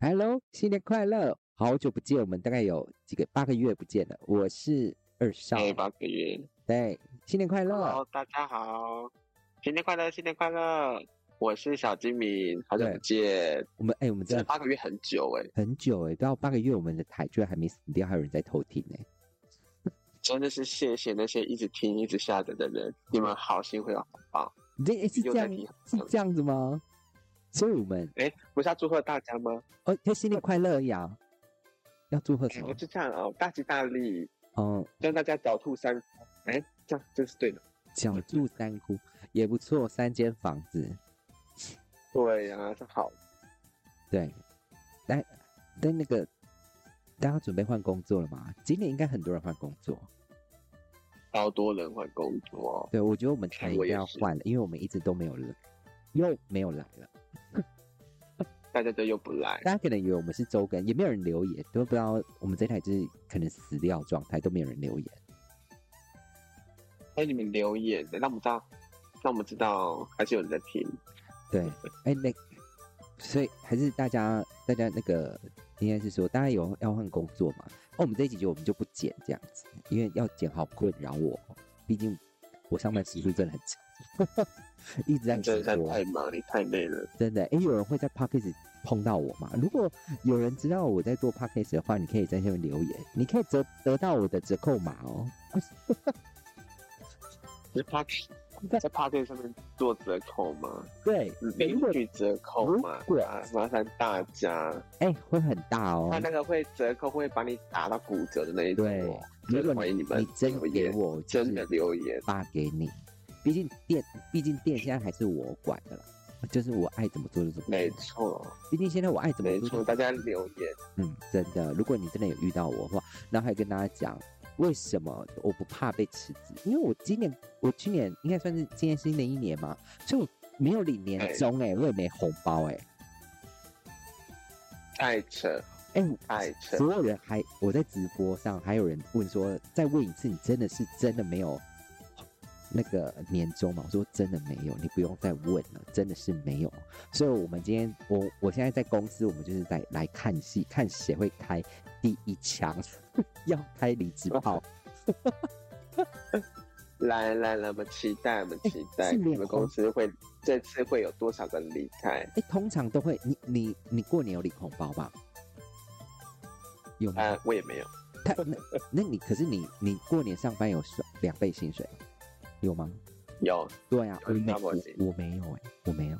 Hello，新年快乐！好久不见，我们大概有几个八个月不见了。我是二少，哎，八个月。对，新年快乐 Hello，大家好，新年快乐，新年快乐！我是小金敏，好久不见。我们哎、我们真真的的八个月很久哎、很久哎、到八个月，我们的台居然还没死掉，还有人在偷听哎、真的是谢谢那些一直听、一直下载的人，你们好辛苦哦。你这、哎是又这在样提是这样子吗？所以我们哎，不是要祝贺大家吗？哦，要新年快乐呀！要祝贺什哎，么不？是这样哦，大吉大利，嗯，让大家狡兔三窟。哎，这样这是对的。小住三窟也不错，三间房子。对呀、这好。对，但但那个大家准备换工作了吗？今年应该很多人换工作。超多人换工作，对，我觉得我们台看一我定也要是换了，因为我们一直都没有来，又没有来了。大家都又不来。大家可能以为我们是周更，也没有人留言，都不知道我们这台就是可能死掉的状态，都没有人留言。欢迎你们留言，让我们知道，让我们知道还是有人在听。 对，哎、那所以还是大家大家那个应该是说，大家有要换工作嘛？哦，我们这一集就我们就不剪这样子，因为要剪好困扰我，毕竟我上班时数真的很长， 一直在你真的直在播。太忙，你太累了。真的，哎，有人会在 podcast 碰到我吗？如果有人知道我在做 podcast 的话，你可以在下面留言，你可以折得到我的折扣码哦。在 p a r k 在 p a r k 上面做折扣吗？对，嗯领取折扣吗如果？啊麻烦大家，哎，会很大哦他。那个会折扣会把你打到骨折的那一种对哦。如果欢迎你们你真留给言，我，我就真的是留言，发给你。毕竟店，毕竟店现在还是我管的啦，就是我爱怎么做就怎么没做。错，毕竟现在我爱怎么没做错，就大家留言，嗯，真的，如果你真的有遇到我的话，然后还跟大家讲为什么我不怕被辞职，因为我今年我去年应该算是今年新的一年嘛，所以我没有领年终哎、我也没红包哎、太扯哎、太扯，所有人还我在直播上还有人问说，再问一次，你真的是真的没有那个年终吗？我说真的没有，你不用再问了，真的是没有。所以我们今天我我现在在公司，我们就是在来看戏，看谁会开第一枪， 要开离职炮，来来来，我们期待，我们期待，哎是脸你们公司会这次会有多少个人离开？哎、通常都会，你你你过年有领红包吧？有吗？啊，我也没有，他那那你可是你你过年上班有双两倍薪水吗有吗？有对呀、我有没那么我紧我没有哎、我没有，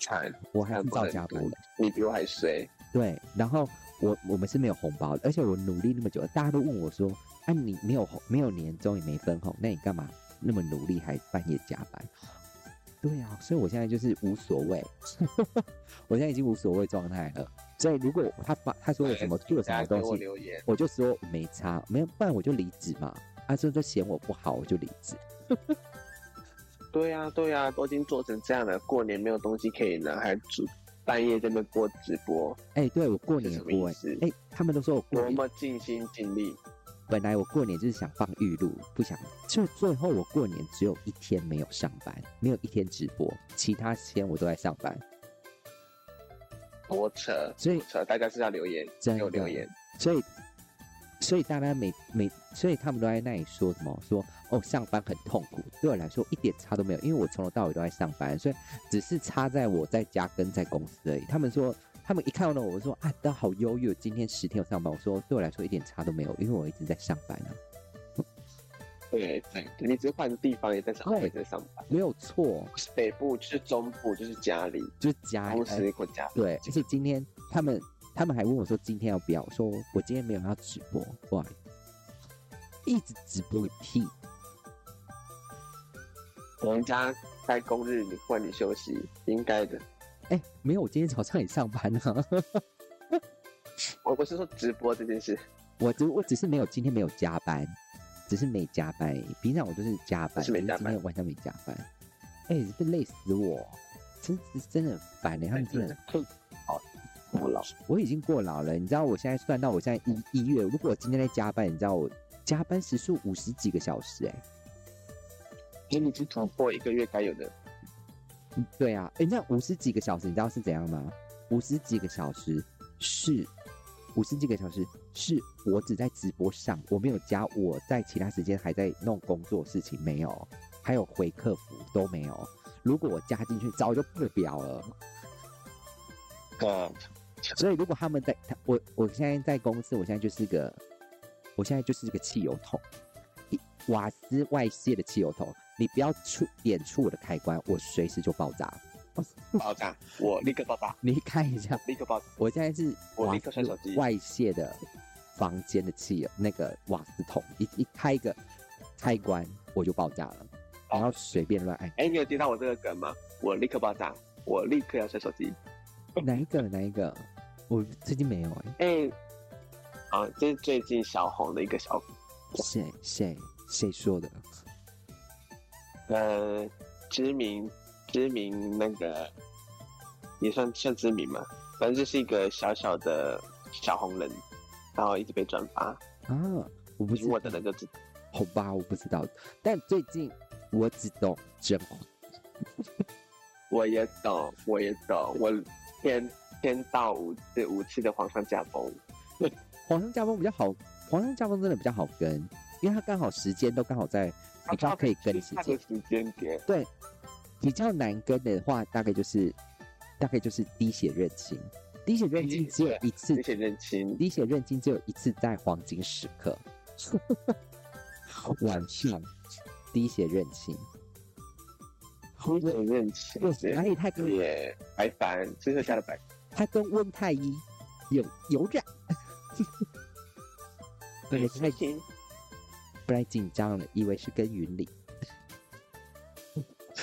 惨，我还看是不照很加班多的。，你比我还衰，对，然后嗯我我们是没有红包的，而且我努力那么久，大家都问我说：“啊，你没有红，没有年终也没分红，那你干嘛那么努力还半夜加班？”对啊，所以我现在就是无所谓， 我现在已经无所谓状态了。所以如果他把他说有什么做什大么家给东我西，留言。我就说我没差，没有，不然我就离职嘛。他说就嫌我不好，我就离职。对呀、对呀、都已经做成这样了，过年没有东西可以拿，还主半夜在那边播直播，哎、对我过是年什么过意哎、思？哎、他们都说我过多年么尽心尽力，本来我过年就是想放玉露，不想。就最后我过年只有一天没有上班，没有一天直播，其他时间我都在上班。多扯所以多扯！大家是要留言，真给我的留言，所以，所以大家每每，所以他们都在那里说什么？说哦，上班很痛苦。对我来说一点差都没有，因为我从头到尾都在上班，所以只是差在我在家跟在公司而已。他们说，他们一看到我，我说啊，都好优越，今天十天有上班。我说对我来说一点差都没有，因为我一直在上班啊。对对，你只是换地方，也在上对班，也在上班，没有错，不是北部就是中部，就是家里，就是家公司或家里，对，而且今天他们他们还问我说今天要不要，我说我今天没有要直播，不好意思，一直直播个屁，人家开工日，你换你休息，应该的。哎、没有，我今天早上也上班啊， 我我是说直播这件事，我只我只是没有今天没有加班，只是没加班而已，平常我都是加班，是没只加今班天晚上没加班，哎、被累死我，真是真的很烦欸的、他哎们真的就好不老，我已经过劳了，你知道我现在算到我现在一一月，如果我今天在加班，你知道我加班时数五十几个小时、哎。因为你已经突破一个月该有的，对啊，哎、那五十几个小时，你知道是怎样吗？五十几个小时是五十几个小时是我只在直播上，我没有加我在其他时间还在弄工作事情，没有，还有回客服都没有。如果我加进去，早就破表了。哦，所以如果他们在，他我我现在在公司，我现在就是个，我现在就是个汽油桶，一瓦斯外泄的汽油桶。你不要触点触我的开关，我随时就爆炸。爆炸！我立刻爆炸，你看一下，立刻爆炸！我现在是我瓦立刻摔手斯机外泄的房间的汽油那个瓦斯桶，一一开一个开关我就爆炸了，哦然后随便乱 按。哎，你有接到我这个梗吗？我立刻爆炸，我立刻要摔手机。哪一个？哪一个？我最近没有哎、哎，啊，这是最近小红的一个小梗谁谁谁说的？呃，知名知名那个也算算知名嘛，反正就是一个小小的小红人，然后一直被转发，啊，我不知我道的。人就知好吧，我不知道。但最近我只懂真话，我也懂，我也懂，我天天到五次五次的皇上驾崩，皇上驾崩比较好，皇上驾崩真的比较好跟，因为它刚好时间都刚好在比较哎可以跟时他间的。时间点，比较难跟的话，大概就是大概就是滴血认亲，滴血认亲只有一次而，且认清滴血认亲只有一次在黄金时刻，晚上滴血认亲，而且认清，哪里太可以？也白凡，这是家的白他跟温太医有有染， 对，太清，不然紧张了，以为是跟云里。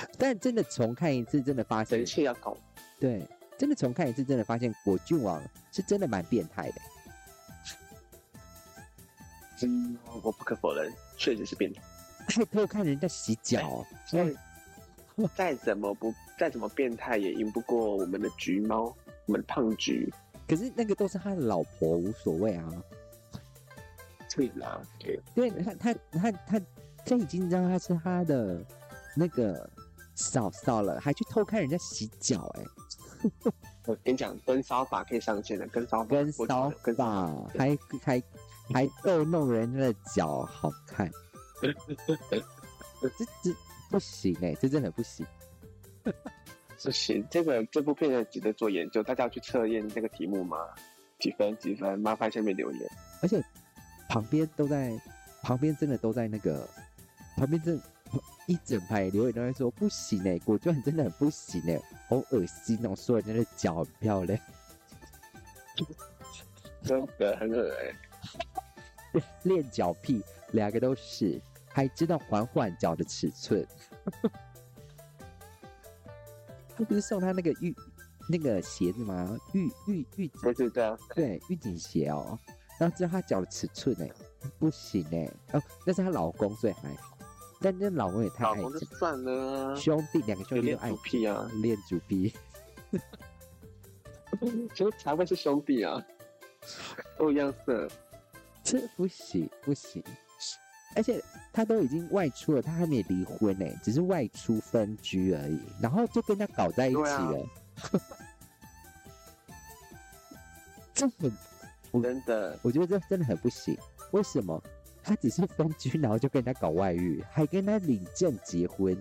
但真的重看一次，真的发现神，气要搞对，真的重看一次，真的发现果郡王是真的蛮变态的。嗯，我不可否认，确实是变态。还偷看人家洗脚，所以再怎么不再怎么变态，也赢不过我们的橘猫，我们的胖橘。可是那个都是他的老婆，无所谓啊。对啦，对对他，他，他，他，他已经让他是他的那个嫂嫂了，还去偷看人家洗脚、欸，哎，我跟你讲，跟骚法可以上线的，跟骚法，跟我觉骚得跟骚法，还 还还逗弄人家的脚，好看。这这不行哎、这真的不行。不行。这个这部片值得做研究，大家要去测验这个题目吗？几分几分？麻烦下面留言。而且旁边都在，旁边真的都在那个，旁边真的一整排留言都在说不行哎、果断真的很不行哎、好恶心哦、说人家的脚很漂亮，真的很恶心、练脚癖，两个都是，还知道缓缓脚的尺寸。他不是送他那个浴那个鞋子吗？浴浴浴巾不是这样，对，预警鞋哦，然后知道她脚的尺寸哎、不行哎、哦，那是她老公所以还好，但那老公也太老爱公就讲，算了啊，兄弟两个兄弟有恋都爱足癖啊，讲恋足 癖，所以才会是兄弟啊，都一样色。这不行不行，而且他都已经外出了，他还没离婚哎、只是外出分居而已，然后就跟他搞在一起对啊了， 这很我真的，我觉得这真的很不行。为什么？他只是分居，然后就跟人家搞外遇，还跟他领证结婚，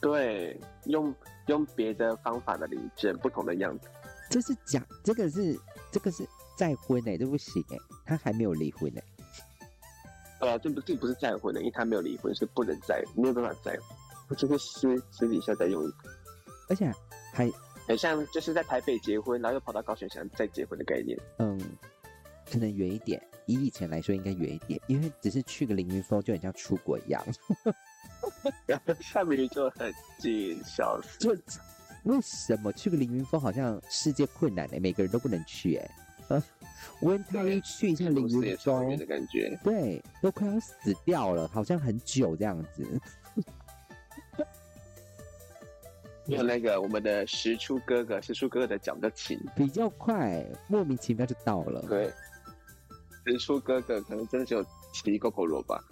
对，用用别的方法的领证，不同的样子，这是假，这个是这个是再婚哎、这不行哎、他还没有离婚哎、呃，这不这不是再婚的，因为他没有离婚，是不能再没有办法再婚，就是私私底下再用一个，而且还很像就是在台北结婚，然后又跑到高雄想再结婚的概念。 嗯，可能远一点，以以前来说应该远一点，因为只是去个凌云峰就很像出国一样， 然后上面就很近，笑死。就为什么去个凌云峰好像世界困难哎、每个人都不能去哎、呃，温太医去一下凌是云也超峰远的，感觉，对，都快要死掉了，好像很久这样子。还有那个我们的石出哥哥，石出哥哥的脚比较勤，比较快，莫名其妙就到了，对，石出哥哥可能真的只有骑狗狗罗吧，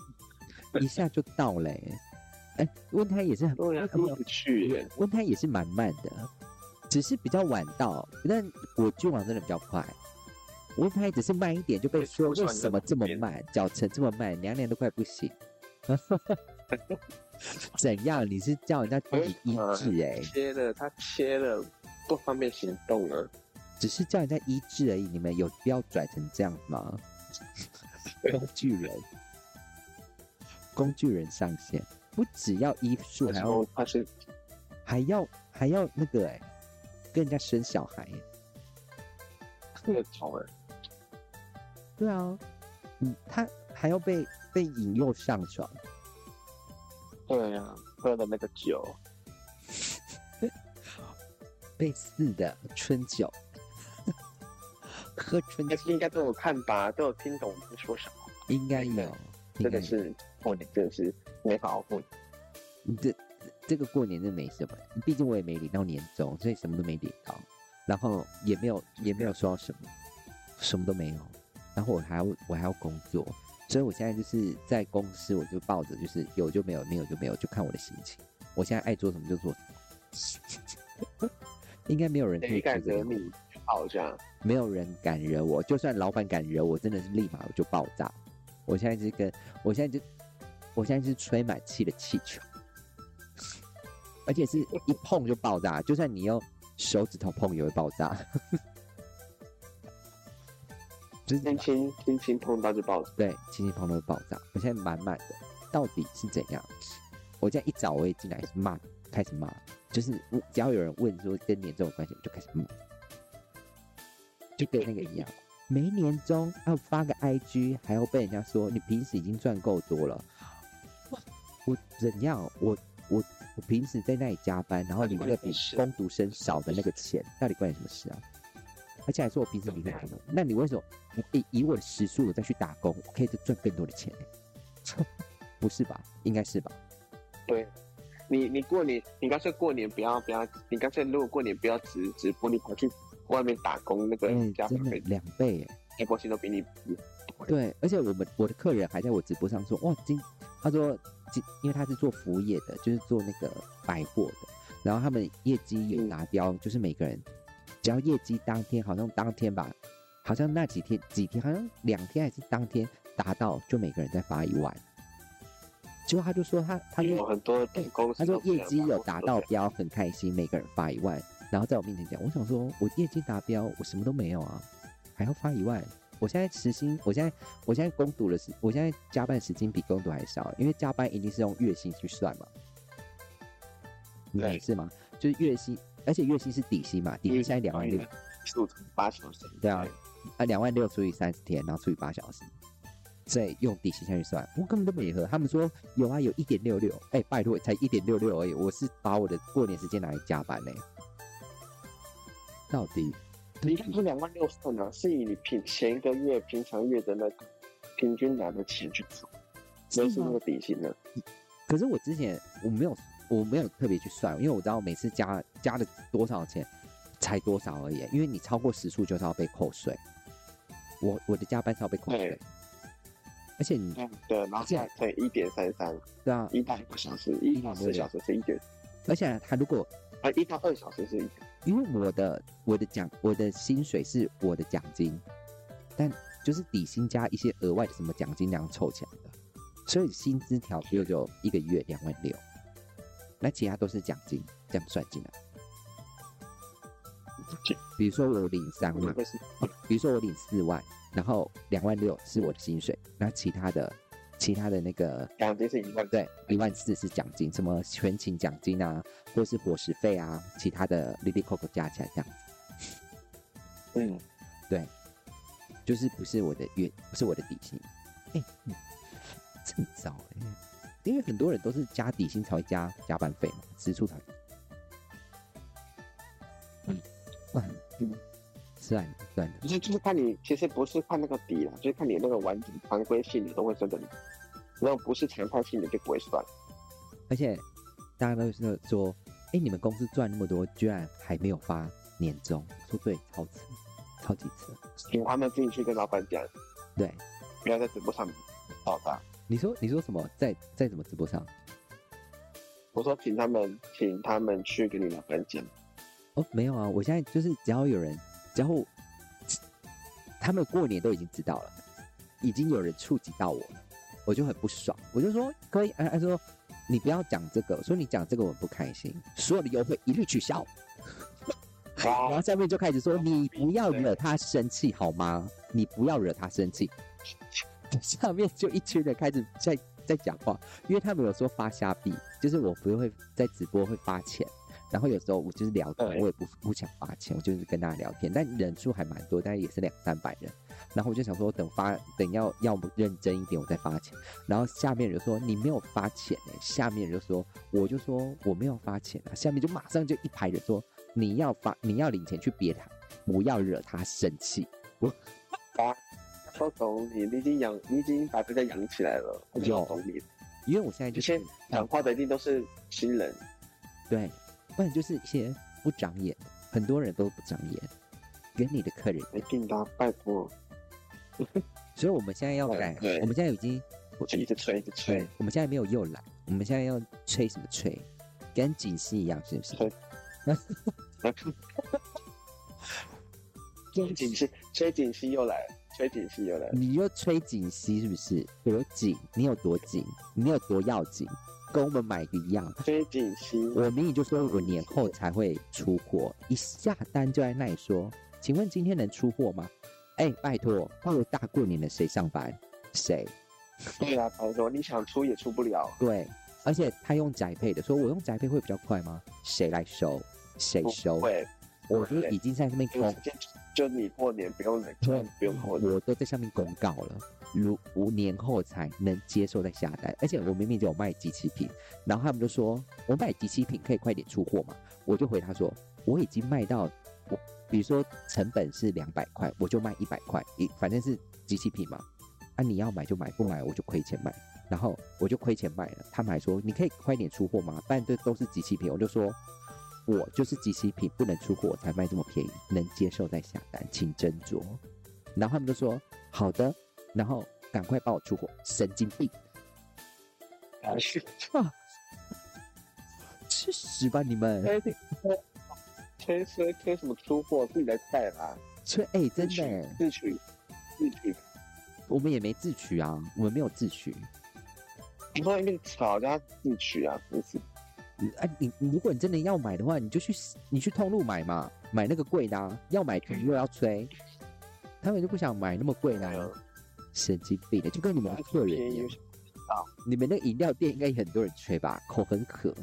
一下就到嘞、哎、温太也是很，对呀，他过们不去耶。温太也是蛮慢的，只是比较晚到，但我去完真的比较快。我一开只是慢一点就被说我喜为欢这什么种这么变慢，脚程这么慢，娘娘都快不 行。怎样？你是叫人家给你医治哎、切了，他切了，不方便行动啊了。只是叫人家医治而已。你们有必要拽成这样吗？工具人，工具人上线，不只要医术，还然要后他是还要还要那个哎、跟人家生小孩、欸。特种哎，对啊，嗯，他还要被被引诱上床。对啊呀、喝了那个酒，类似的春酒， 喝春但酒是应该都有看吧，都有听懂我们说什么。应该有，应真该的有是过年，真的是没好好过年。这这个过年真没什么，毕竟我也没领到年终，所以什么都没领到，然后也没有也没有收到什么，什么都没有，然后我还要我还要工作，所以我现在就是在公司我就抱着就是有就没有，没有就没有，就看我的心情，我现在爱做什么就做什么， 应该没有人可以谁敢阻止惹我你？好这样，没有人敢惹我，就算老板敢惹我，真的是立马我就爆炸。我现在是跟我现在就我现在是吹满气的气球，而且是一碰就爆炸，就算你用手指头碰也会爆炸。就是轻轻啊轻轻碰到就爆了。对，轻轻碰到会爆炸。我现在满满的，到底是怎样？我这样一早我也进来骂，开始骂，就是我只要有人问说跟年终有关系，我就开始骂，就跟那个一样，没年终要发个 IG，还要被人家说你平时已经赚够多了。我怎样？我我我平时在那里加班，然后你那个比工读生少的那个钱，到底关你什么事啊？而且还说我平时比你多，那你为什么以以我的时速我再去打工，我可以再赚更多的钱、欸？ 不是吧？应该是吧？对，你你过年，你干脆过年不要不要，你干脆如果过年不要直直播，你跑去外面打工，那个嗯，加真班的费两倍耶、直播薪都比你低。对，而且我们我的客人还在我直播上说，哇，今他说今因为他是做服务业的，就是做那个百货的，然后他们业绩有嗯达标，就是每个人只要业绩当天好像当天吧，好像那几天几天好像两天还是当天达到，就每个人再发一万。结果他就说他他就哎有很多公司他说都这业样吧绩有达到公司标，很开心，每个人发一万，然后在我面前讲，我想说我业绩达标，我什么都没有啊，还要发一万。我现在时薪，我现在我现在工读的时，我现在加班时间比工读还少，因为加班一定是用月薪去算嘛，你对也是吗？就是月薪，而且月薪是底薪嘛，底都薪现这样吧在两万六，速度八小时。对啊啊，两万六除以三十天，然后除以八小时，所以用底薪下去算，我根本都没喝。他们说有啊，有一点六六，哎，拜托，才一点六六而已，我是把我的过年时间拿来加班呢、到底你看这两万六算啊，是以你平前一个月平常月的那个平均拿的钱去做，是那是那吗个底薪呢？可是我之前我没有我没有特别去算，因为我知道每次加加了多少钱才多少而已，因为你超过时数就是要被扣税。我我的加班是要被扣税对，而且你对对，然后这再样乘一点三三，对啊，一到一个小时，一到四小时是一点，而且他如果啊，一到二小时是一点，因为我的我的奖我的薪水是我的奖金，但就是底薪加一些额外的什么奖金那样凑起来的，所以薪资条就有一个月两万六，那其他都是奖金这样算进来。比如说我领三那万，个是比如说我领四万，然后两万六是我的薪水，那其他的其他的那个奖金是一万，对，一万四是奖金，什么全勤奖金啊，或是伙食费啊，其他的利利扣扣加起来这样子，嗯，就是不是我的月，不是我的底薪。哎、 嗯这么糟哎、因为很多人都是加底薪才会加加班费嘛，支出才会。嗯，算嗯算了算了，就是就是看你，其实不是看那个底啦，就是看你那个完整常规性的都会算的，然后不是常态性的就不会算，而且大家都是说，哎、你们公司赚那么多，居然还没有发年终，我说对，超扯，超级扯。请他们自己去跟老板讲，对，不要在直播上报道。你说你说什么？在在什么直播上？我说请他们，请他们去跟你老板讲，哦，没有啊，我现在就是只要有人，只要我他们过年都已经知道了，已经有人触及到我了，我就很不爽，我就说可以，他、他说你不要讲这个，我说你讲这个我很不开心，所有的优惠一律取消，然后哇，下面就开始说你不要对惹他生气好吗？你不要惹他生气， 下面就一群人开始在在讲话，因为他们有说发虾币，就是我不会在直播会发钱，然后有时候我就是聊天，对我也不不想发钱，我就是跟大家聊天，但人数还蛮多，大概也是两三百人，然后我就想说等发等要要不认真一点我再发钱，然后下面人就说你没有发钱欸下面人就说我就说我没有发钱啊，下面就马上就一排人说你要发你要领钱去别他，不要惹他生气。超懂你，你已经养，你已经把大家养起来了，我就有好懂你。因为我现在就这些是讲话的一定都是新人，对，不然就是一些不长眼的，很多人都不长眼，跟你的客人一一样。定的啊，拜托，所以我们现在要对改对，我们现在已经我就一直吹，一直吹对，，我们现在没有又懒，我们现在要吹什么吹？跟锦溪一样，是不是？吹嗯吹 景熙，吹景熙又来了，吹景熙又来 了，你又吹锦溪是不是？多紧？你有多紧？你有多要紧？跟我们买个一样。吹景熙，我明明就说我年后才会出货，一下单就在那里说，请问今天能出货吗？哎、拜托，到了大过年的谁上班？谁？对啊，好多你想出也出不了，对，而且他用宅配的，说我用宅配会比较快吗？谁来收？谁收？会，我就已经在上面因为公时，间就你过年不用冷，不用过年，我都在上面公告了，如五年后才能接受再下单。而且我明明就有卖机器品，然后他们就说我买机器品可以快点出货嘛，我就回他说我已经卖到我，比如说成本是两百块，我就卖一百块，一反正是机器品嘛，啊你要买就买，不买我就亏钱卖。然后我就亏钱卖了。他们还说你可以快点出货吗？不然这都是集齐品。我就说，我就是集齐品，不能出货，我才卖这么便宜，能接受再下单，请斟酌。然后他们就说好的，然后赶快帮我出货，神经病！嗯吃屎吧你们！吹吹吹吹什么出货，自己来带啦，吹哎、真的欸、自取自取，我们也没自取啊，我们没有自取。你放一边吵，让他自取啊，不是。嗯啊，你你如果你真的要买的话，你就去你去通路买嘛，买那个贵的、啊，要买又要吹，他们就不想买那么贵的、嗯啊，神经病的，就跟你们的客人一样，你们那个饮料店应该也很多人吹吧，口很渴，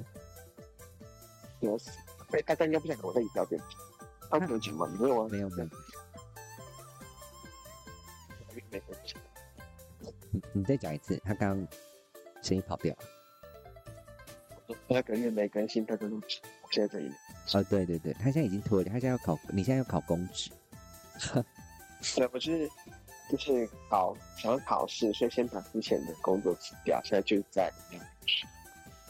有死！哎，大家应该不想跟我在饮料店。他们有酒吗？没有啊，没有没有，没有。你你再讲一次，他刚刚声音跑掉了，那个月没更新，大家都我现在这里。哦对对对，他现在已经脱离，他现在要考，你现在要考公职，对，我就是就是考想要考试，所以先把之前的工作辞掉，现在就在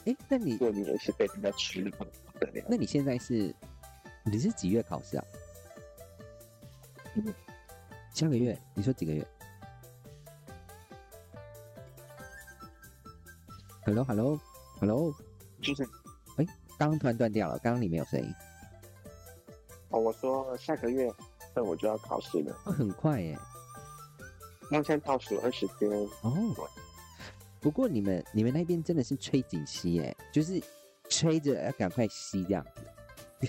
哎，那你过年也是被人家取了不得了。那你现在是你是几月考试啊？下个月，你说几个月？Hello Hello Hello，就是刚刚突然断掉了，刚刚你没有声音，哦，我说下个月那我就要考试了，哦很快耶。那现在倒数二十天，哦，不过你们你们那边真的是吹紧吸耶，就是吹着要赶快吸这样子，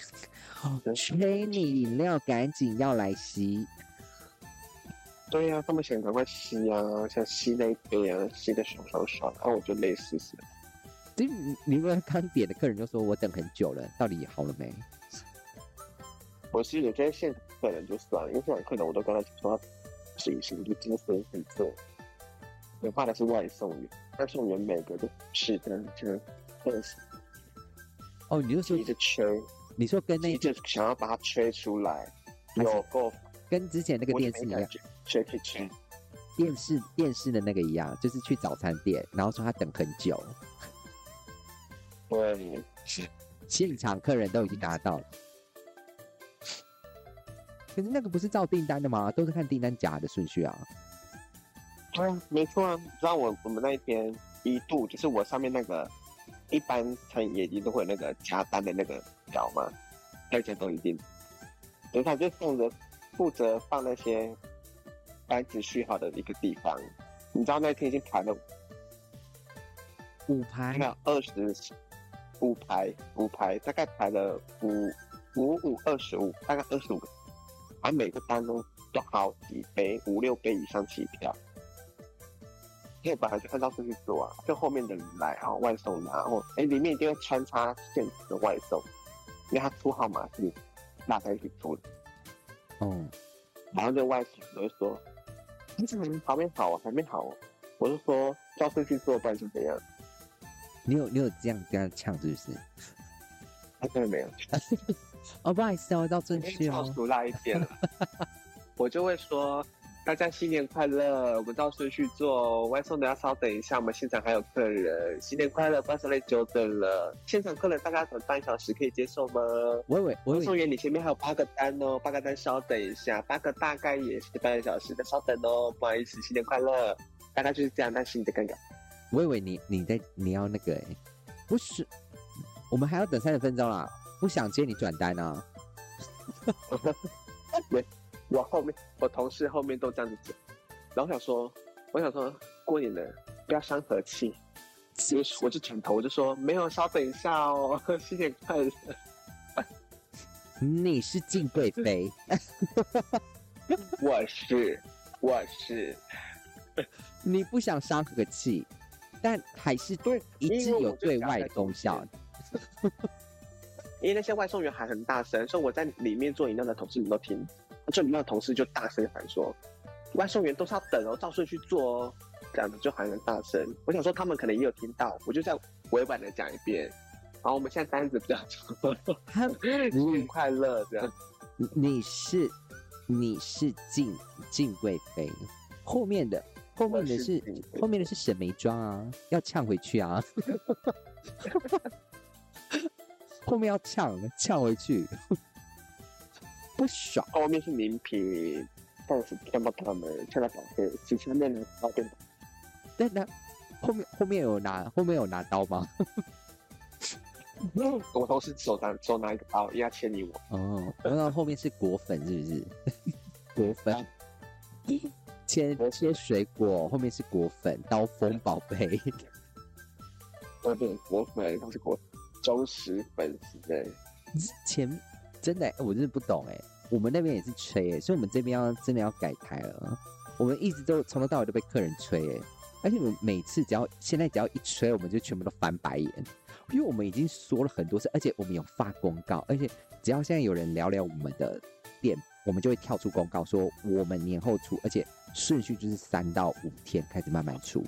真是吹你饮料赶紧要来吸，对呀、他们想赶快吸啊，想吸那一杯啊，吸的爽爽爽，然后我就累死死了。就你你们刚点的客人就说我等很久了，到底好了没？我是有些现场客人就算了，因为现场客人我都跟他讲说他不一行，就真的是很重。我怕的是外送员，外送员每个都是的，就饿死，哦，你就说一直吹，你说跟那一直想要把它吹出来，还是有够跟之前那个我也电视一没感样，觉，吹吹吹，电视电视的那个一样，就是去早餐店，然后说他等很久，对，现场客人都已经拿到了。可是那个不是照订单的吗？都是看订单夹的顺序啊。对啊，没错啊。你知道我我们那一边一度就是我上面那个，一般餐饮业一定都会有那个加单的那个表嘛，大家都一定，所以他就负责负责放那些班级序号的一个地方。你知道那天已经排了五排排，了二十五排，五排大概排了五五五二十五，大概二十五个，而每个班都都好几杯，五六杯以上起跳。因为本来就按照顺序做啊，就后面的人来，然后外送拿，然后哎、里面一定会穿插现实的外送，因为他出号码是大家一起出的，哦，然后这外送都会说，你怎么旁边好啊，还没好、啊？我是说照顺序做，不然是怎样？你有你有这样跟他呛是不是？他真的没有。哦，不好意思哦，到正因序为超哦。俗辣一点了，我就会说大家新年快乐，我们照顺序做哦。外送的要稍等一下，我们现场还有客人。新年快乐，外送类久等了，现场客人大概等半小时，可以接受吗？我以为我外以送为员，你前面还有八个单哦，八个单稍等一下，八个大概也是半个小时，再稍等哦，不好意思，新年快乐。大概就是这样，但是你的尴尬，我以为你你在你要那个哎、不是，我们还要等三十分钟啦，不想接你转单啊。我后面我同事后面都这样子讲，然后我想说，我想说过年了，不要伤和气，我就我就转头，我就说没有，稍等一下哦， 新年快乐。你是敬贵妃，我是，我是，你不想伤和气，但还是对一因致为我有就对夹外在功中效间。因为那些外送员喊很大声，所以我在里面做饮料的同事们都听，做饮料的同事就大声喊说，外送员都是要等哦，照顺序做哦，这样子就喊很大声。我想说他们可能也有听到，我就再委婉的讲一遍。然后我们现在单子比较多，他新年快乐这样。你你是你是敬敬贵妃，后面的后面的我是是敬贵后面的是沈眉庄啊，要呛回去啊， 后面要呛呛回去，不爽。后哦面是名品，但是看不到他们，看到宝贝，只前面的宝贝但那后面后面有拿后面有拿刀吗？我同事手拿手拿一个刀，要牵你我，哦，然后后面是果粉是不是？果粉，切切水果，后面是果粉，刀锋宝贝。我对果粉，呃他是果忠实粉丝哎、前真的欸、我真的不懂哎、我们那边也是吹哎、所以我们这边要真的要改台了。我们一直都从头到尾都被客人吹哎、而且我们每次只要现在只要一吹，我们就全部都翻白眼，因为我们已经说了很多次，而且我们有发公告，而且只要现在有人聊聊我们的店，我们就会跳出公告说我们年后出，而且顺序就是三到五天开始慢慢出，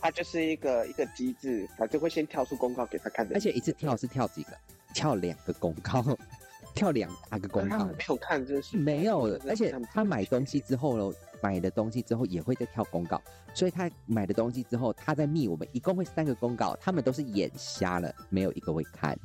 它就是一个一个机制，反正会先跳出公告给他看的。而且一次跳是跳几个？跳两个公告， 跳两大个公他告们。没有看，真是没有，而且他买东西之之后呢，买的东西之后也会再跳公告，所以他买的东西之后，他再密我们，一共会三个公告，他们都是眼瞎了，没有一个会看。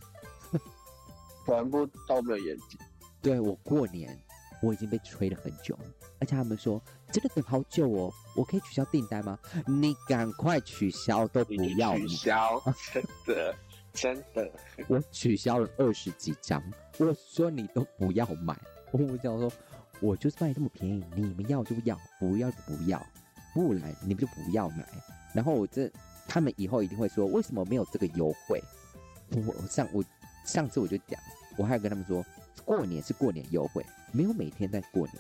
全部都没有眼睛，对我过年我已经被催了很久了，而且他们说真的等好久哦，我可以取消订单吗？你赶快取消都不要取你，消，真的真的，我取消了二十几张，我说你都不要买，我想说，我就是卖这么便宜，你们要就要，不要就不要，不然你们就不要买。然后我这他们以后一定会说，为什么没有这个优惠？我我上我上次我就讲，我还有跟他们说，过年是过年优惠，没有每天在过年，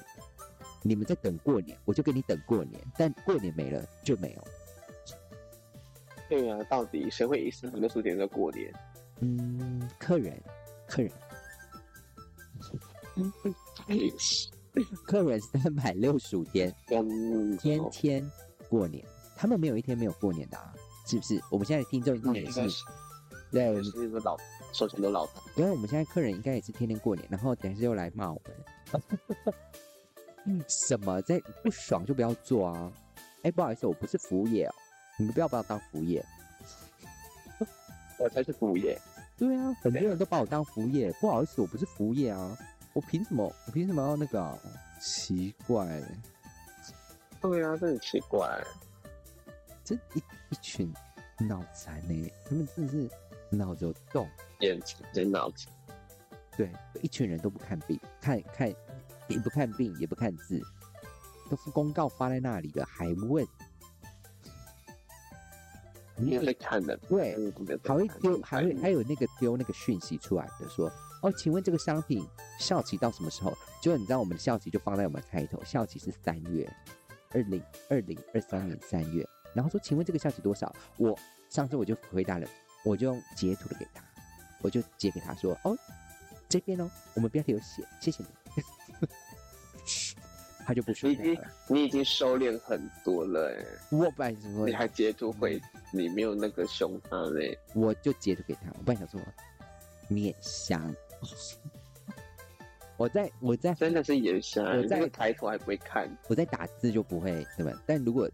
你们在等过年，我就给你等过年，但过年没了就没有。对啊，到底谁会一生很多时间在过年？嗯，客人，客人，客人三百六十五天。嗯，天天过年，他们没有一天没有过年的、啊，是不是？我们现在的听众嗯应该也是，对，我们也嗯是一个老，手前都老大。因为我们现在客人应该也是天天过年，然后等一下又来骂我们，嗯什么在不爽就不要做啊！哎，不好意思，我不是服务业哦，你们不要把我当服务业。我才是副业，对啊，很多人都把我当服务业，不好意思，我不是服务业啊，我凭什么？我凭什么要那个啊、奇怪嘞、对啊，这很奇怪。这一一群欸脑残呢、他们真的是脑子有洞。眼睛、脑子，对，一群人都不看病，看看也不看病，也不看字，都是公告发在那里的，还问？你也在看的，哎对我都没有在还会看丢，你还会哎还有那个丢那个讯息出来的说，哦，请问这个商品效期到什么时候？就你知道我们的效期就放在我们开头，效期是三月，二零二零二三年三月。然后说，请问这个效期多少？我上次我就回答了，我就用截图的给他，我就截给他说，哦，这边哦，我们标题有写，谢谢你。 他就不说你已话经了。你已经收敛很多了、欸，我本来想说你还截图回，嗯你没有那个凶他嘞、我就截图给他，我本来想说面香。我在我在真的是眼瞎，我你在这个抬头还不会看，我在打字就不会对吧？但如果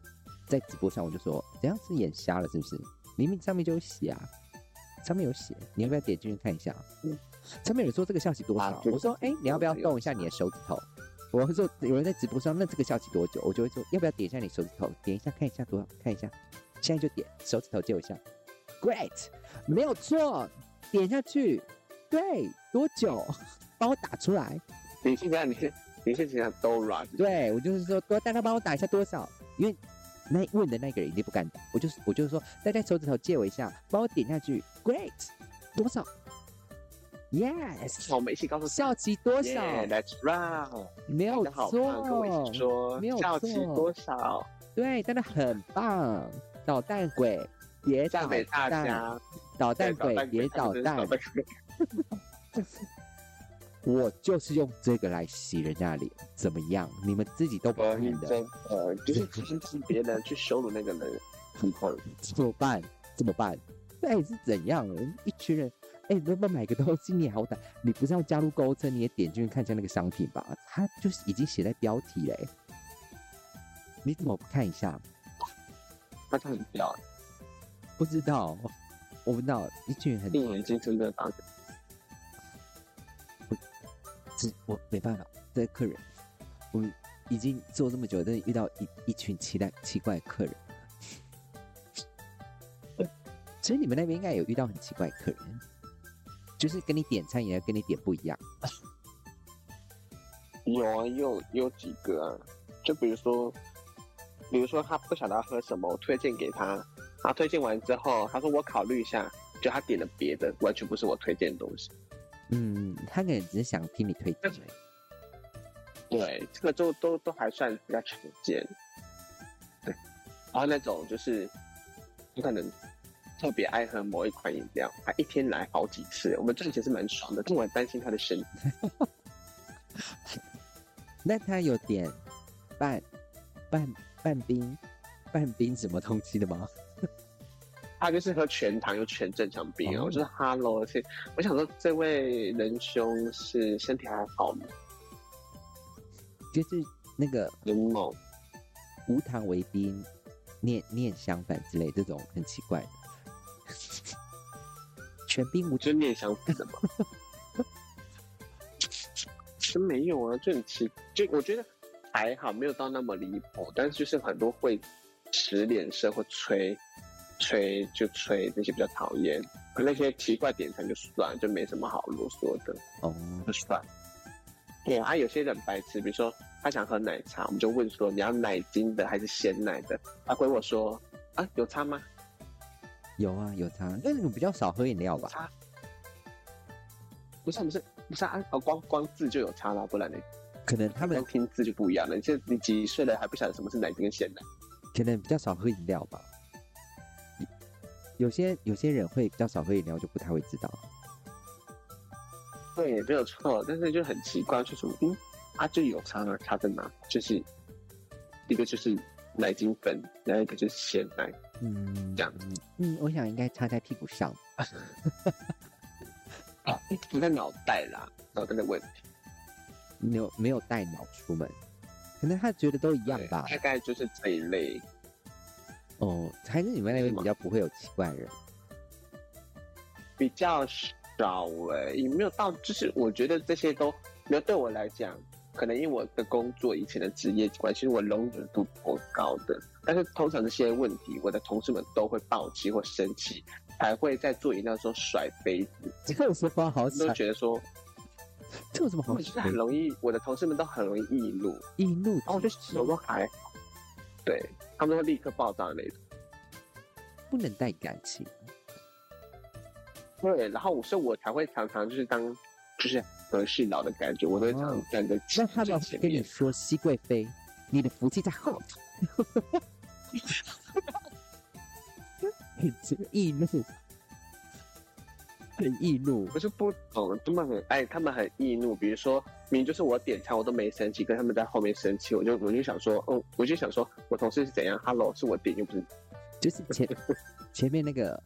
在直播上，我就说怎样是眼瞎了是不是？明明上面就有写啊，上面有写，你要不要点进去看一下？嗯上面有说这个消息多少啊？对我说哎、你要不要动一下你的手指头？我会说有人在直播上，那这个消息多久？我就会说要不要点一下你手指头？点一下看一下多少？看一下，现在就点手指头就一下，Great，没有错，点下去，对，多久？ 帮我打出来。你现在你是你是想都软，对我就是说多大概帮我打一下多少，因为那问的那个人一定不敢打，我就是我就是说大家手指头借我一下，帮我点下去，Great，多少？Yes， 我们一起告诉校期多少 Yeah, that's right，没有大家好棒，跟我一起错，说没有校期错多少，对，真的很棒，捣蛋鬼，别捣赞美大蛋，家，捣蛋对鬼，别捣捣蛋蛋，鬼，我就是用这个来洗人家脸，怎么样？你们自己都不我看是的，真的，就是攻击别人去羞辱那个人，很恐怖。怎么办？怎么办？那你是怎样？啊一群人，哎、你要不要买个东西？你好歹你不是要加入购物车，你也点进去看一下那个商品吧？它就是已经写在标题嘞、你怎么不看一下？那他很屌，不知道，我不知道，一群人很一眼睛真的打这我没办法，这客人，我已经做这么久，但是遇到一一群奇怪奇怪的客人。所以你们那边应该有遇到很奇怪的客人，就是跟你点餐也要跟你点不一样。有啊，也有也有几个啊，就比如说，比如说他不晓得要喝什么，我推荐给他，他推荐完之后，他说我考虑一下，就他点了别的，完全不是我推荐的东西。嗯，他可能只是想听你推荐而已。对，这个都都都还算比较常见。对，然后那种就是，有可能特别爱喝某一款饮料，他一天来好几次，我们赚钱是蛮爽的，但我很担心他的身体。那他有点半半半冰半冰什么东西的吗？他就是喝全糖又全正常冰啊！哦我说 Hello，而且我想说这位仁兄是身体还好吗？就是那个林某，无糖为冰，念念相反之类这种很奇怪的。全冰无就面相不怎么，真没有啊，就很奇，就我觉得还好，没有到那么离谱，但是就是很多会使脸色或吹吹就吹那些比较讨厌，可那些奇怪点餐就算了，就没什么好啰嗦的。哦，不算。对啊，有些人白痴，比如说他想喝奶茶，我们就问说你要奶精的还是鲜奶的，他回我说啊有差吗？有啊有差，因为你们比较少喝饮料吧？差，不是啊不是不是啊，啊光光字就有差啦，不然呢？可能他光们听字就不一样了。你这你几岁了还不晓得什么是奶精跟鲜奶？可能比较少喝饮料吧。有些有些人会比较少喝饮料，就不太会知道。对，没有错，但是就很奇怪，就什么嗯啊就有差啊，差在哪？就是一个就是奶精粉，然后一个就是鲜奶，嗯这样嗯，我想应该插在屁股上。啊，不在脑袋啦，脑袋的问题。没有没有带脑出门，可能他觉得都一样对吧。大概就是这一类。哦，还是你们那边是比吗较不会有奇怪的人。比较少哎、也没有到，就是我觉得这些都没有对我来讲，可能因为我的工作以前的职业关系，我容忍度颇高的。但是通常这些问题，我的同事们都会暴气或生气，还会在做饮料的时候甩杯子，这个说话好他们傻都，觉得说这有什么好我就是很容易，我的同事们都很容易易怒，易怒？然后我就想说还好，对他们都会立刻爆炸那种。不能带感情，对，然后我所以我才会常常就是当就是和事佬的感觉，我都会常常站在哦那前他们最会前跟你面。说熹贵妃，你的福气在后头。 你这个易怒，很易怒。我就不懂，他们很哎，他们很易怒。比如说，明明就是我点餐，我都没生气，跟他们在后面生气，我就我就想说，嗯，我就想说我同事是怎样？Hello，是我点，又不是你就是前前面那个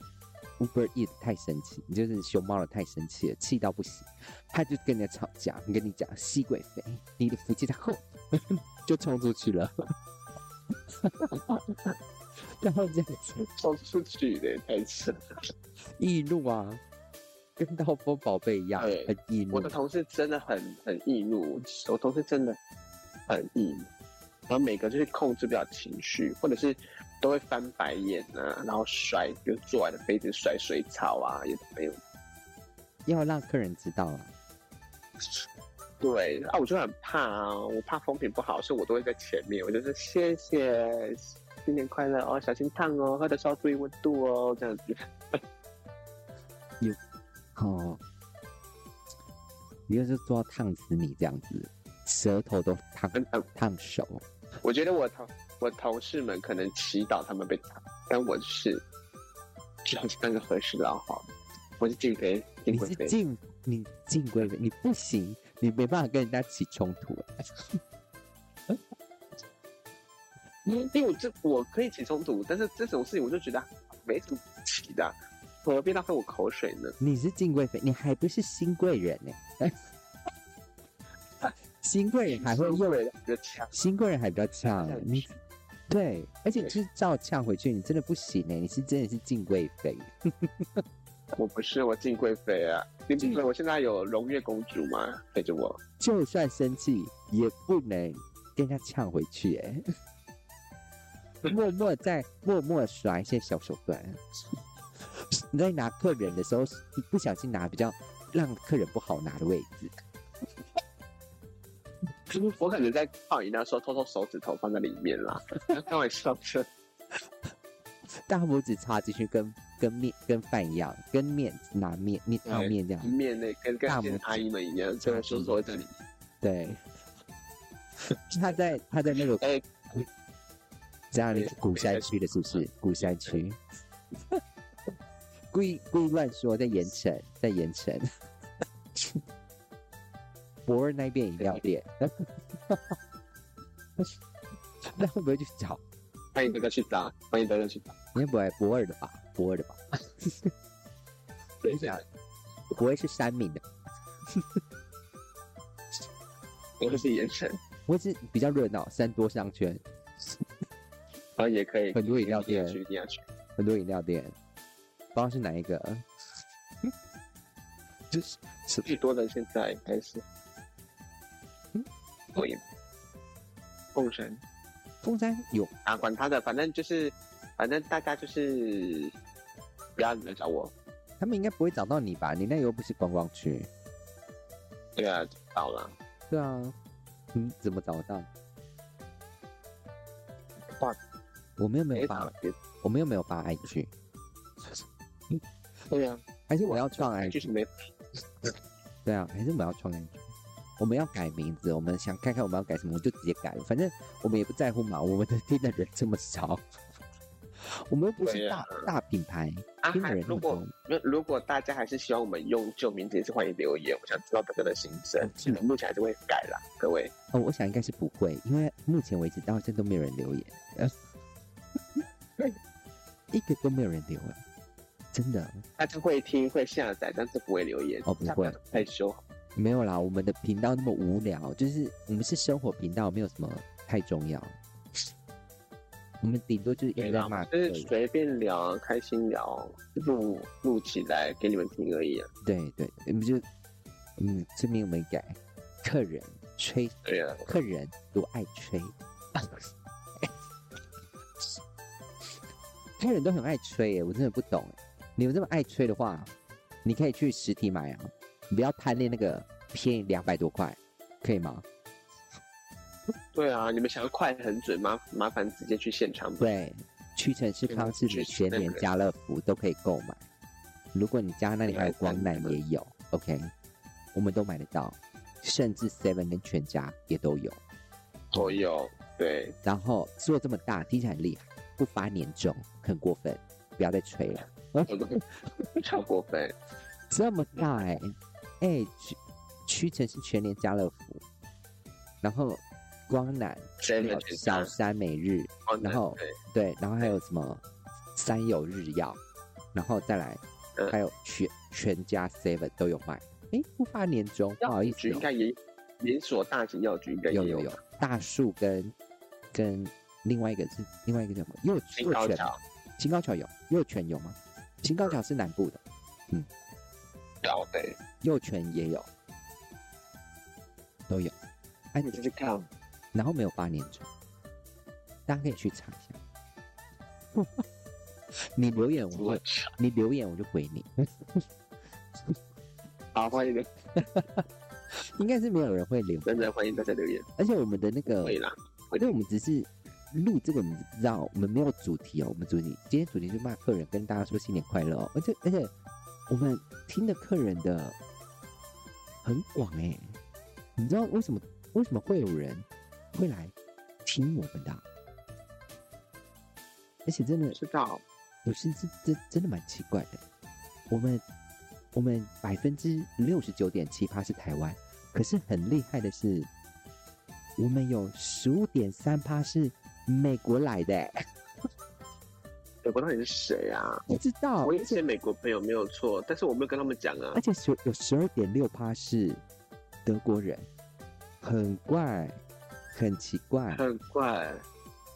Uber Eat 太生气，就是熊猫的太生气了，气到不行，他就跟人家吵架，跟你讲熹贵妃，你的福气在后，就冲出去了，然后这样子送出去的，太扯。易怒啊，跟刀锋宝贝一样，对很易怒我的。同事真的很很易怒，我同事真的很易怒，然后每个就是控制不了情绪，或者是都会翻白眼啊，然后甩就做完的杯子甩水草啊，也没有。要让客人知道啊，对啊，我就很怕啊，我怕风评不好，所以我都会在前面，我就是谢谢，新年快乐哦，小心烫哦，喝的时候注意温度哦，这样子。哦，你就是说烫死你这样子，舌头都烫很很，烫手。啊我觉得我同我同事们可能祈祷他们被烫，但我是只好像个和事佬好，我是敬飞，敬你贵是妃。进你进贵妃，你不行，你没办法跟人家起冲突。因为我这我可以起冲突，但是这种事情我就觉得没什么起的啊，何必浪费我口水呢？你是进贵妃，你还不是新贵人呢、 新贵人还会用，人的枪，新贵人还比较呛呛你。对，而且对就是照呛回去，你真的不行欸呢、你是真的是进贵妃，我不是我敬贵妃啊！你不是我现在有荣月公主吗？陪着我，就算生气也不能跟人家呛回去、欸，默默在默默耍一些小手段。你在拿客人的时候，你不小心拿比较让客人不好拿的位置，我可能在泡饮料的时候偷偷手指头放在里面 啦，开玩笑的。大拇指插进去跟跟面跟饭一样，跟面拿面面泡面这样。面那跟跟大拇跟指阿姨们一样，这个手指头会在里面。对，他在他在那个哎这样的古山区的，是不是？古山区，故意故意乱说，在盐城，在盐城，博尔那边饮料店，那会不会去找？欢迎大家去打，欢迎大家去打。应该不会博尔的吧？博尔的吧？对这样，不会是山民的，我是眼神，不会是比较热闹，山多商圈，然后也可以很多饮料一定店要，去，一定要去。很多饮料店，不知道是哪一个， 就是是最多的现在应该是，嗯，凤眼，凤山凤山有啊，管他的，反正就是，反正大家就是不要来找我，他们应该不会找到你吧？你那又不是观光区。对啊，到了，对啊，嗯，怎么找到？哇我们又没别有打发哎了，，别，我们又没有发 IG，对啊，还是我要创就是 IG？没，对啊，还是我们要创 IG？我们要改名字，我们想看看我们要改什么，我们就直接改了，反正我们也不在乎嘛，我们的听的人这么少， 我们又不对是呀大、大品牌，啊，听的还人那如么果多。那如果大家还是希望我们用旧名字，也是欢迎留言。我想知道大家的心声哦，是可能目前还是会改啦，各位。哦，我想应该是不会，因为目前为止到现在都没有人留言，呃 一个都没有人留哎，真的。大家会听会下载，但是不会留言。哦不会大家要害羞。没有啦，我们的频道那么无聊，就是我们是生活频道，没有什么太重要。我们顶多就是一直对在啦，骂客就是人，随便聊，开心聊，录录起来给你们听而已啊。对对，我们就嗯，这边我们改客人吹，对啊，客人多爱吹，客人都很爱吹耶、我真的不懂耶、你们这么爱吹的话，你可以去实体买啊，你不要贪恋那个便宜两百多块，可以吗？对啊，你们想要快很准，麻麻烦直接去现场买。对，屈臣氏、对康士美、去全那联、个家乐福都可以购买。如果你家那里还有来光看南这个也有，OK，我们都买得到，甚至 Seven 跟全家也都有。都有，对，然后做这么大，听起来很厉害，不发年终很过分，不要再吹了。我都超过分。这么大哎、嗯欸，哎、屈屈臣氏、全联、家乐福，然后光南、 Seven 小全小家山每日，然后对，对，然后还有什么三友日药，然后再来嗯还有全全家 Seven 都有卖。哎，不发年终，不好意思局应哦、该也连锁大型药局应该也有有有吧，大树跟跟另外一个是另外一个叫什么？右新右高犬桥新高桥有，右犬有吗？新高桥是南部的，有对，右犬也有，都有。哎你，就是看然后没有八年制，大家可以去查一下。 你留言我我会，你留言我就回你。好欢迎的，应该是没有人会留，真的欢迎大家留言，而且我们的那个，会啊啦，因为我们只是录这个，我们不知道我们没有主题哦。我们主题今天主题就骂客人，跟大家说新年快乐哦。而且而且我们听的客人的很广哎、你知道为什么为什么会有人会来听我们的啊、而且真的不知道不是，这这真的蛮奇怪的。我们我们百分之六十九点七八是台湾，可是很厉害的是，我们有十五点三趴是美国来的、欸，美国到底是谁啊？不知道。我有而一且些美国朋友没有错，但是我没有跟他们讲啊而，且十有十二点六趴是德国人，很怪，很奇怪。很怪。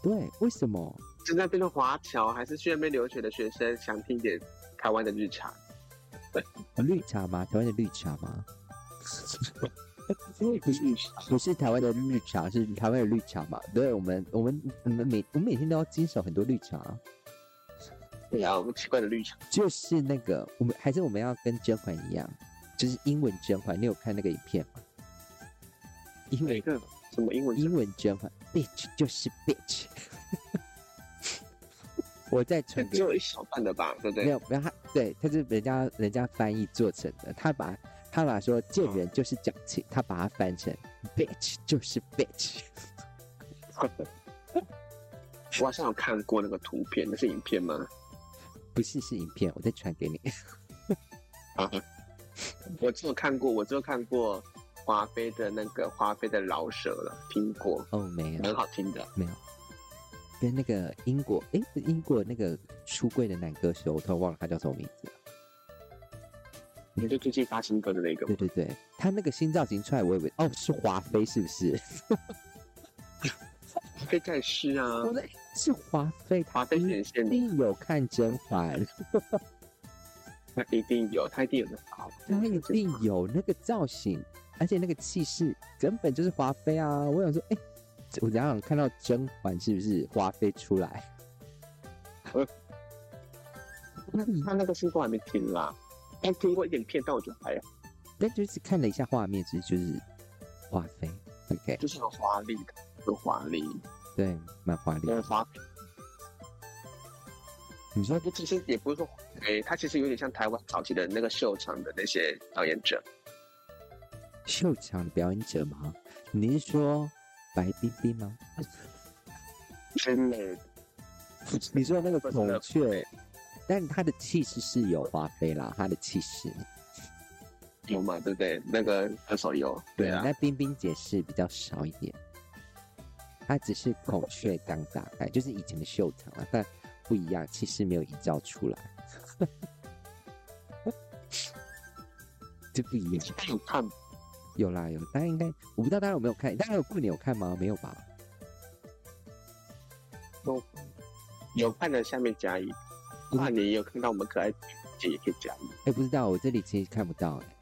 对，为什么？现在变成华侨还是去那边留学的学生，想听点台湾的日常。绿茶吗？台湾的绿茶吗？哎不是日常，不是台湾的绿茶，是台湾的绿茶嘛？对，我们我们我们每我们每天都要经手很多绿茶，啊对啊，我们奇怪的绿茶。就是那个我们还是我们要跟甄嬛一样，就是英文甄嬛，你有看那个影片吗？英哪文个什么英文？英文甄嬛，bitch 就是 bitch。我再就传给只有一小半的吧，对不没对？有，没有他，对，他是人家人家翻译做成的，他把他把说贱人就是矫情，他把它翻成 bitch 就是 bitch。我好像有看过那个图片，那是影片吗？不是是影片，我再传给你。啊，我只有看过，我只有看过华妃的那个华妃的老舍了，听过，哦，没很有好听的。没有，跟那个英国诶，英国那个出柜的男歌手，我突然忘了他叫什么名字了。你就最近发新歌的那个对对对，他那个新造型出来，我以为哦是华妃是不是？华妃战士啊我，在是华妃，华他妃一显现定有看甄 嬛，他一定有，他一定有的啊好，他一定有那个造型，而且那个气势根本就是华妃啊！我想说，诶，我想想看到甄嬛是不是华妃出来？嗯 那嗯他那个新歌还没听啦，哎我听过一点片段，我觉得还好，但就是看了一下画面，其实就是华妃。OK，就是很华丽的，很华丽，对，蛮华丽的。很华妃。你说不，其实也不是说华妃，他其实有点像台湾早期的那个秀场的那些表演者，秀场的表演者吗？你是说白冰冰吗？之类的。 你说那个不是孔的雀，但他的气势是有华妃啦，他的气势。有嘛，对不对？那个歌手有，对啊，那冰冰姐是比较少一点，她只是孔雀刚打开，就是以前的秀场啊，但不一样，气势没有营造出来， 这不一样。有看有啦有，大家应该我不知道大家有没有看，大家有过年有看吗？没有吧？有看的下面加一，跨年也有看到我们可爱姐姐也可以加一，哎、不知道，我这里其实看不到哎、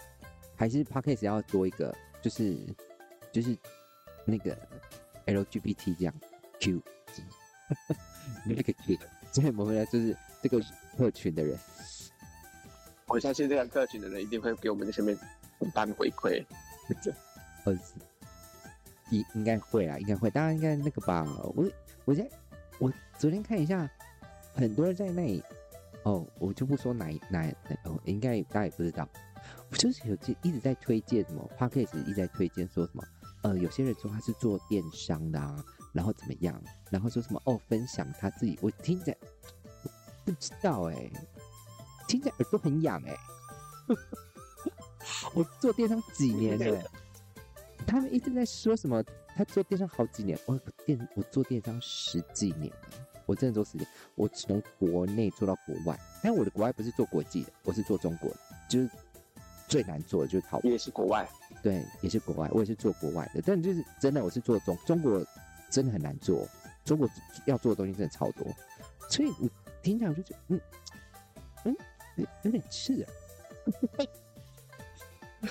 还是 podcast 要多一个，就是就是那个 LGBT 这样 Q，那个 Q，所以我们来就是这个特群的人，我相信这个客群的人一定会给我们这下面很大的回馈，二十，应应该会啊，应该会，当然应该那个吧。我我在我昨天看一下，很多人在那里，哦，我就不说哪一哪哪哦，应该大家也不知道。我就是有记一直在推荐什么 p a c k a g e 一直在推荐说什么，呃，有些人说他是做电商的啊，然后怎么样，然后说什么哦，分享他自己，我听着不知道哎、听着耳朵很痒哎、 我做电商几年了欸、他们一直在说什么？他做电商好几年，我电我做电商十几年了，我真的做十年，我从国内做到国外，但我的国外不是做国际的，我是做中国的，就是最难做的就是淘宝，也是国外，对，也是国外，我也是做国外的，但就是真的我是做中中国真的很难做，中国要做的东西真的超多，所以我听起来我就觉得嗯嗯有有点刺啊耳。不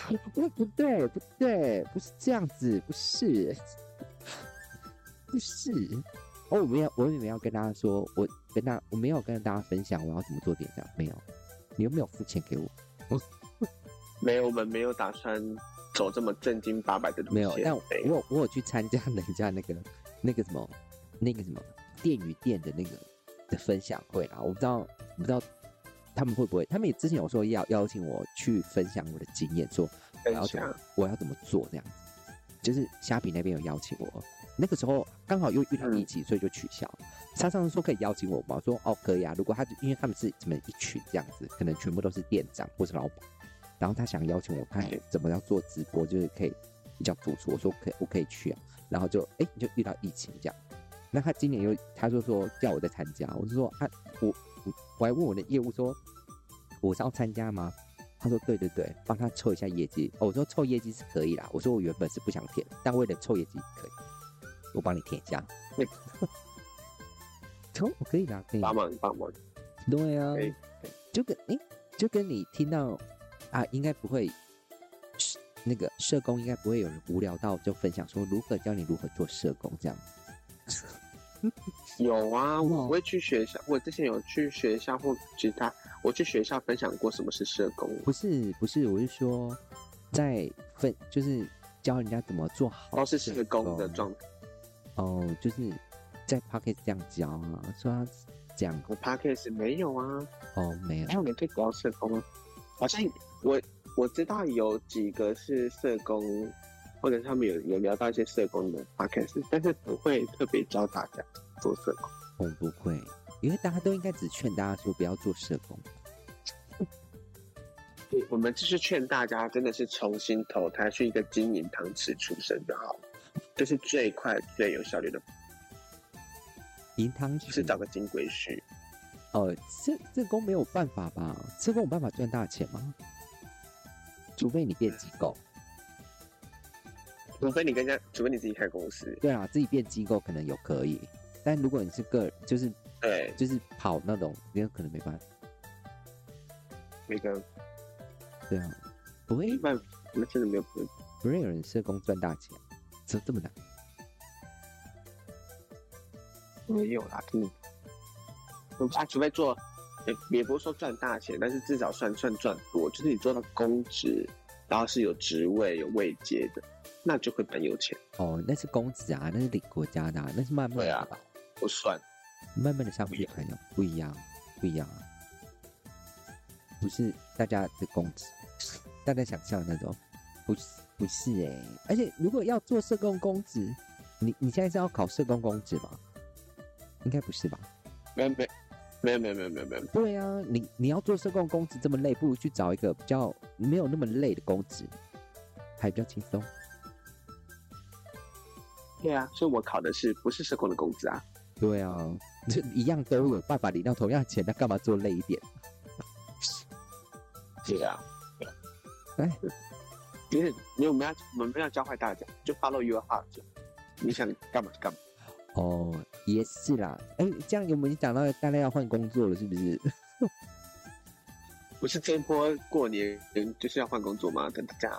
不 对不对，不是这样子，不是，不是。哦，我没有，我也没有跟大家说，我跟大我没有跟大家分享我要怎么做点商，没有。你有没有付钱给我？没有，我们没有打算走这么正经八百的路线。哎没有。但我对有我有去参加人家那个那个什么那个什么店与店的那个的分享会啦，我不知道我不知道他们会不会，他们也之前有说要邀请我去分享我的经验，说我分要怎享么我要怎么做这样子。就是虾皮那边有邀请我，那个时候刚好又遇到嗯疫情，所以就取消。他上次说可以邀请我嘛，我说哦可以啊。如果他因为他们是怎么一群这样子，可能全部都是店长或是老板，然后他想邀请我看对怎么样做直播，就是可以比较突出。我说可以，我可以去啊。然后就哎、就遇到疫情这样。那他今年又他就说叫我再参加，我就说啊我我我还问我的业务说我是要参加吗？他说对对对，帮他凑一下业绩。哦，我说凑业绩是可以啦，我说我原本是不想填，但为了凑业绩可以，我帮你填一下。 那哦，可以啦，可以啦帮忙帮忙，对啊可以，就跟诶、就跟你听到啊，应该不会，是那个社工应该不会有人无聊到就分享说如何教你如何做社工这样。有啊，哇我会去学校，我之前有去学校或其他，我去学校分享过什么是社工，不是不是，我是说在分就是教人家怎么做好哦都是社工的状态。哦，就是在 Pocket 这样教啊，说他这样我 podcast 没有啊，哦没有还有人可以聊社工啊，好像我我知道有几个是社工，或者他们有有聊到一些社工的 podcast，但是不会特别教大家做社工。我不会，因为大家都应该只劝大家说不要做社工。我们就是劝大家，真的是重新投胎去一个经营堂吃出身就好了，这是最快最有效率的，银汤就匙是找个金龟婿。哦，社社工没有办法吧？社工有办法赚大钱吗？除非你变机构，除非你跟人家，除非你自己开公司，对啊，自己变机构可能有可以，但如果你是个就是对，就是跑那种，你有可能没办法。那个对啊，不一会般那真的没有不不会有人社工赚大钱，这这么难？没有啦，嗯，啊，除非做，也也不是说赚大钱，但是至少算算赚多，就是你做到公职，然后是有职位有位阶的，那就会蛮有钱，哦，那是公职啊，那是领国家的啊、那是慢慢对的啊吧，不算。慢慢的相互不一样朋友不一样，不一样啊，不是大家的公职，大家想象的那种，不是不是哎、而且如果要做社工公职，你你现在是要考社工公职吗？应该不是吧？没有没没有没有没有没有没有，对啊，你你要做社工公职这么累，不如去找一个比较没有那么累的公职，还比较轻松。对啊，所以我考的是不是社工的工资啊？对啊，这一样都有办法领到同样的钱，那干嘛做累一点？对啊，哎因为因为我们要我们不要教坏大家，就 follow your heart，就你想干嘛就干嘛。哦，也是啦。哎、这样我们讲到大家要换工作了，是不是？ 不是这一波过年就是要换工作吗？等大家，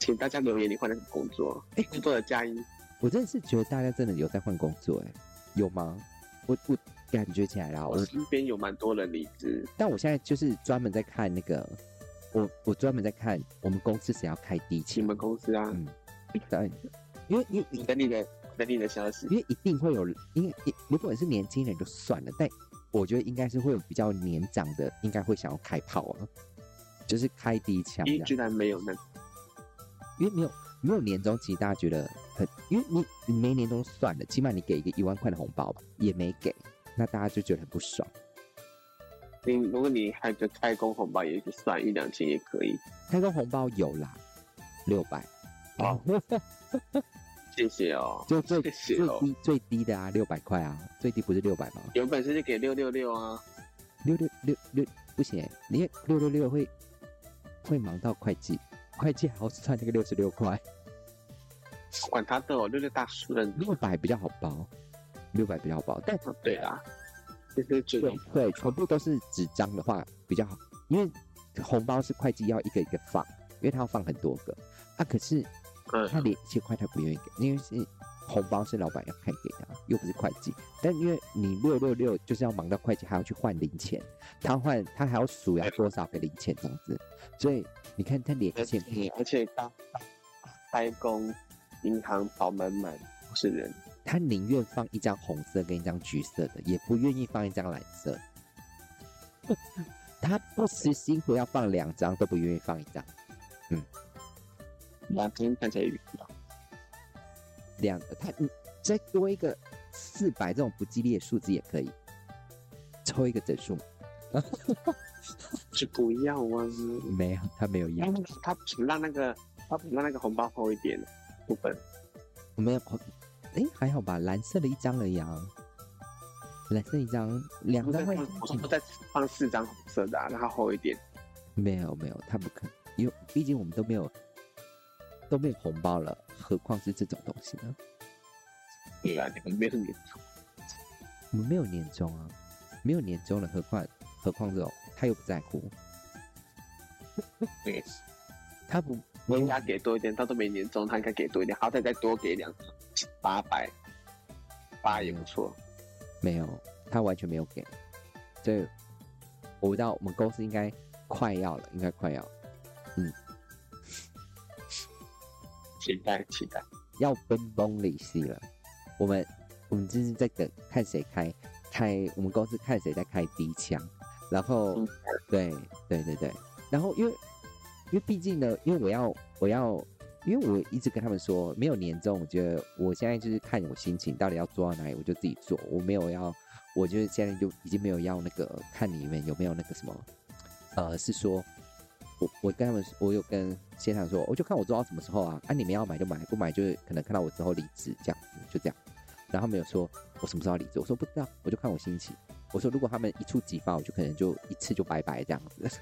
请大家留言你换了什么工作？哎、工作的加一，我真的是觉得大家真的有在换工作、哎，有吗？我我感觉起来啦，我我身边有蛮多人离职，但我现在就是专门在看那个我我专门在看我们公司谁要开第一你期，们公司啊，嗯，对，因为因为你等你的等你的消息因为一定会有，因为一如果你是年轻人就算了，但我觉得应该是会有比较年长的，应该会想要开炮啊，就是开第一枪这一样，居然没有那因为没有没有年终，其实大家觉得很，因为你你没年终就算了，起码你给一个一万块的红包吧，也没给，那大家就觉得很不爽。你如果你还有个开工红包，也就算一两千也可以。开工红包有啦，六百，哦，谢谢哦，就最谢谢最哦。低最低的啊，六百块啊，最低不是六百吗？有本事就给六六六啊！六六六六不行欸，因为六六六会会忙到会计，会计还要算那个六十六块，管他的哦，六六大叔的。六百比较好包，六百比较好包，但对啦，这是最对对，全部都是纸张的话比较好，因为红包是会计要一个一个放，因为他要放很多个啊。可是嗯他连一千块他不愿意给，因为是红包是老板要派给他，又不是会计。但因为你六六六就是要忙到会计还要去换零钱，他换他还要数要多少个零钱这样子，所以你看他连一而千且块而且刚开工，银行跑满满都是人，他宁愿放一张红色跟一张橘色的，也不愿意放一张蓝色的。他不辞辛苦要放两张，都不愿意放一张。那今天看起来也两个，他你再多一个四百这种不激烈的数字也可以，抽一个整数嘛就不要啊！没有，他没有要然，后他请让那个他不让那个红包厚一点的部分，我没有，哎、还好吧，蓝色的一张而已啊，蓝色一张，两我再张会放我说再放四张红色的、啊，让它厚一点。没有没有，他不可能，因为毕竟我们都没有都没有红包了，何况是这种东西呢？对啊，你们没有你我们没有年终啊，没有年终了，何况何况这种他又不在乎，对，他不，我应该给多一点，他都没年终，他应该给多一点，好歹再多给两张，八百，八也不错。没有，他完全没有给，所以我不知道我们公司应该快要了，应该快要了期待期待，要分崩离析了。我们我们就是在等看谁开开，我们公司看谁在开第一枪，然后、嗯对对对对，然后因为因为毕竟呢，因为我要我要。因为我一直跟他们说没有年终，我觉得我现在就是看我心情到底要做到哪里，我就自己做，我没有要，我就是现在就已经没有要那个看你们有没有那个什么，呃，是说我我跟他们说，我有跟现场说，我就看我做到什么时候啊，啊你们要买就买，不买就是可能看到我之后离职这样子，就这样。然后他们有说我什么时候要离职，我说不知道，我就看我心情。我说如果他们一触即发，我就可能就一次就拜拜这样子。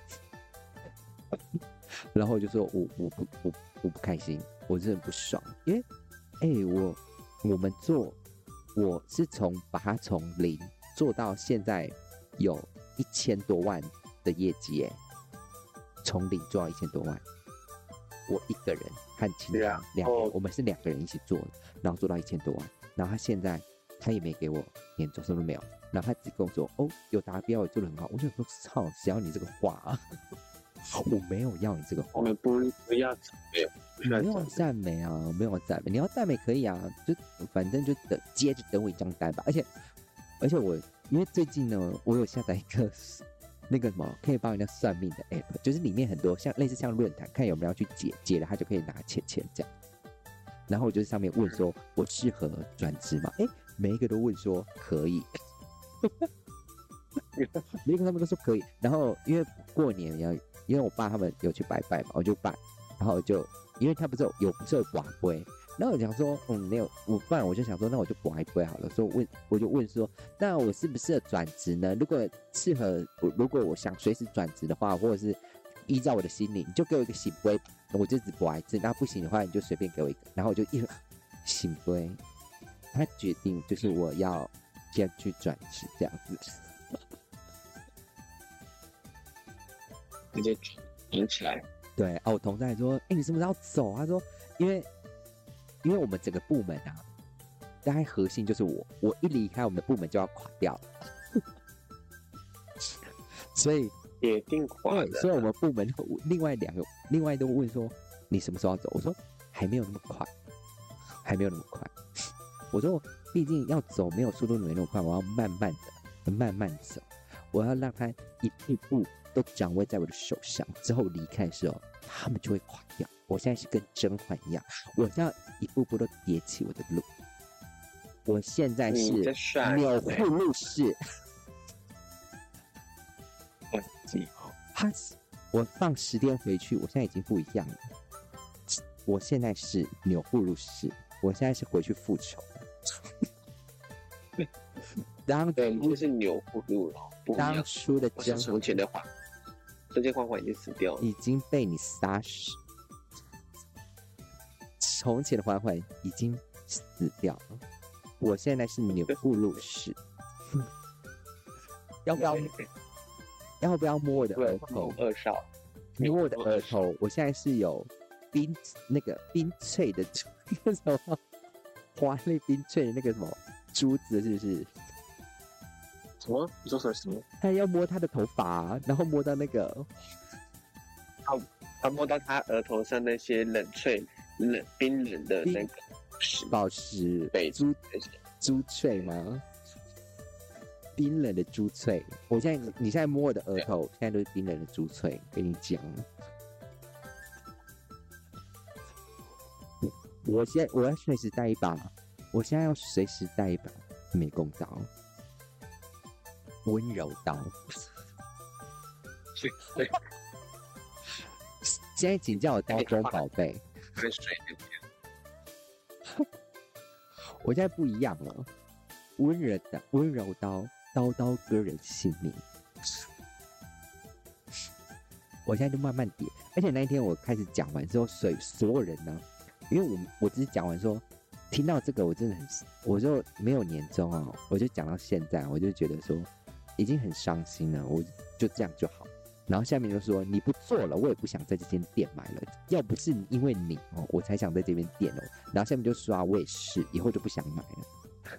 然后我就说我我不我我不开心，我真的不爽，因为哎、我我们做我是从把它从零做到现在有一千多万的业绩哎、从零做到一千多万，我一个人和其对他啊两个人哦我们是两个人一起做的，然后做到一千多万，然后他现在他也没给我年终收入没有，然后他只跟我说哦有达标也做得很好，我就想说操，谁要你这个话啊？ 我没有要你这个话，我们不不要没有，不需要没有讲赞美啊，没有赞美，你要赞美可以啊，就反正就等接着等我一张单吧。而且而且我因为最近呢，我有下载一个那个什么可以帮人家算命的 app，就是里面很多像类似像论坛，看有没有要去解解了，他就可以拿钱钱这样。然后我就在上面问说，我适合转职吗？哎，每一个都问说可以， 每一个他们都说可以。然后因为过年要，因为我爸他们有去拜拜嘛，我就拜，然后就因为他不是有有不是有寡龟，然后我想说，嗯，没有，我不然我就想说，那我就寡一龟好了。所以我问我就问说，那我适不适合转职呢？如果适合，我如果我想随时转职的话，或者是依照我的心理，你就给我一个醒龟，我就只寡一次。那不行的话，你就随便给我一个。然后我就一醒龟，他决定就是我要先去转职这样子。直接连起来。对哦，我同事还说：“哎、你什么时候要走？”他说：“因为，因为我们整个部门啊，大概核心就是我， 我一离开我们的部门就要垮掉了，所以铁定垮对，所的。以我们部门另外两个，另外都问说你什么时候要走？我说还没有那么快，还没有那么快。我说毕竟要走没有速度没那么快，我要慢慢的、慢慢走，我要让他一步步都掌握在我的手上。之后离开的时候，他们就会垮掉。我现在是跟甄嬛一样，我要一步步都叠起我的路。我现在是你这帅钮对祜禄氏。嗯记他是我放十天回去，我现在已经不一样了。我现在是钮祜禄氏，我现在是回去复仇。当对，你就是钮祜禄了，不一当样。初的我甄想从前的话，这些花环已经死掉了。已经被你杀死，从前的嬛嬛已经死掉了，我现在是钮祜禄氏。 要不要要不要摸我的对额，头？二少，你摸我的我额头，我现在是有冰那个冰脆的 那个什么华丽冰脆的那个什么珠子，是不是？什么？你说什么？什么？他要摸他的头发，啊然后摸到那个他摸到他额头上呃那些冷萃、冷冰冷的冰那个石宝石对珠那些珠翠吗？冰冷的珠翠，我现在你现在摸我的额头，现在都是冰冷的珠翠，跟你讲。我现在我要随时带一把，我现在要随时带一把美工刀，温柔刀。水对现在请叫我刀中宝贝，跟水的我现在不一样了，温柔的温柔刀，刀刀割人性命。我现在就慢慢点，而且那一天我开始讲完之后，所以所有人呢，因为我我只是讲完说，听到这个我真的很，我就没有年终哦，我就讲到现在，我就觉得说已经很伤心了，我就这样就好。然后下面就说你不做了，我也不想在这间店买了。要不是因为你哦，我才想在这边店哦。然后下面就说啊，我也是，以后就不想买了。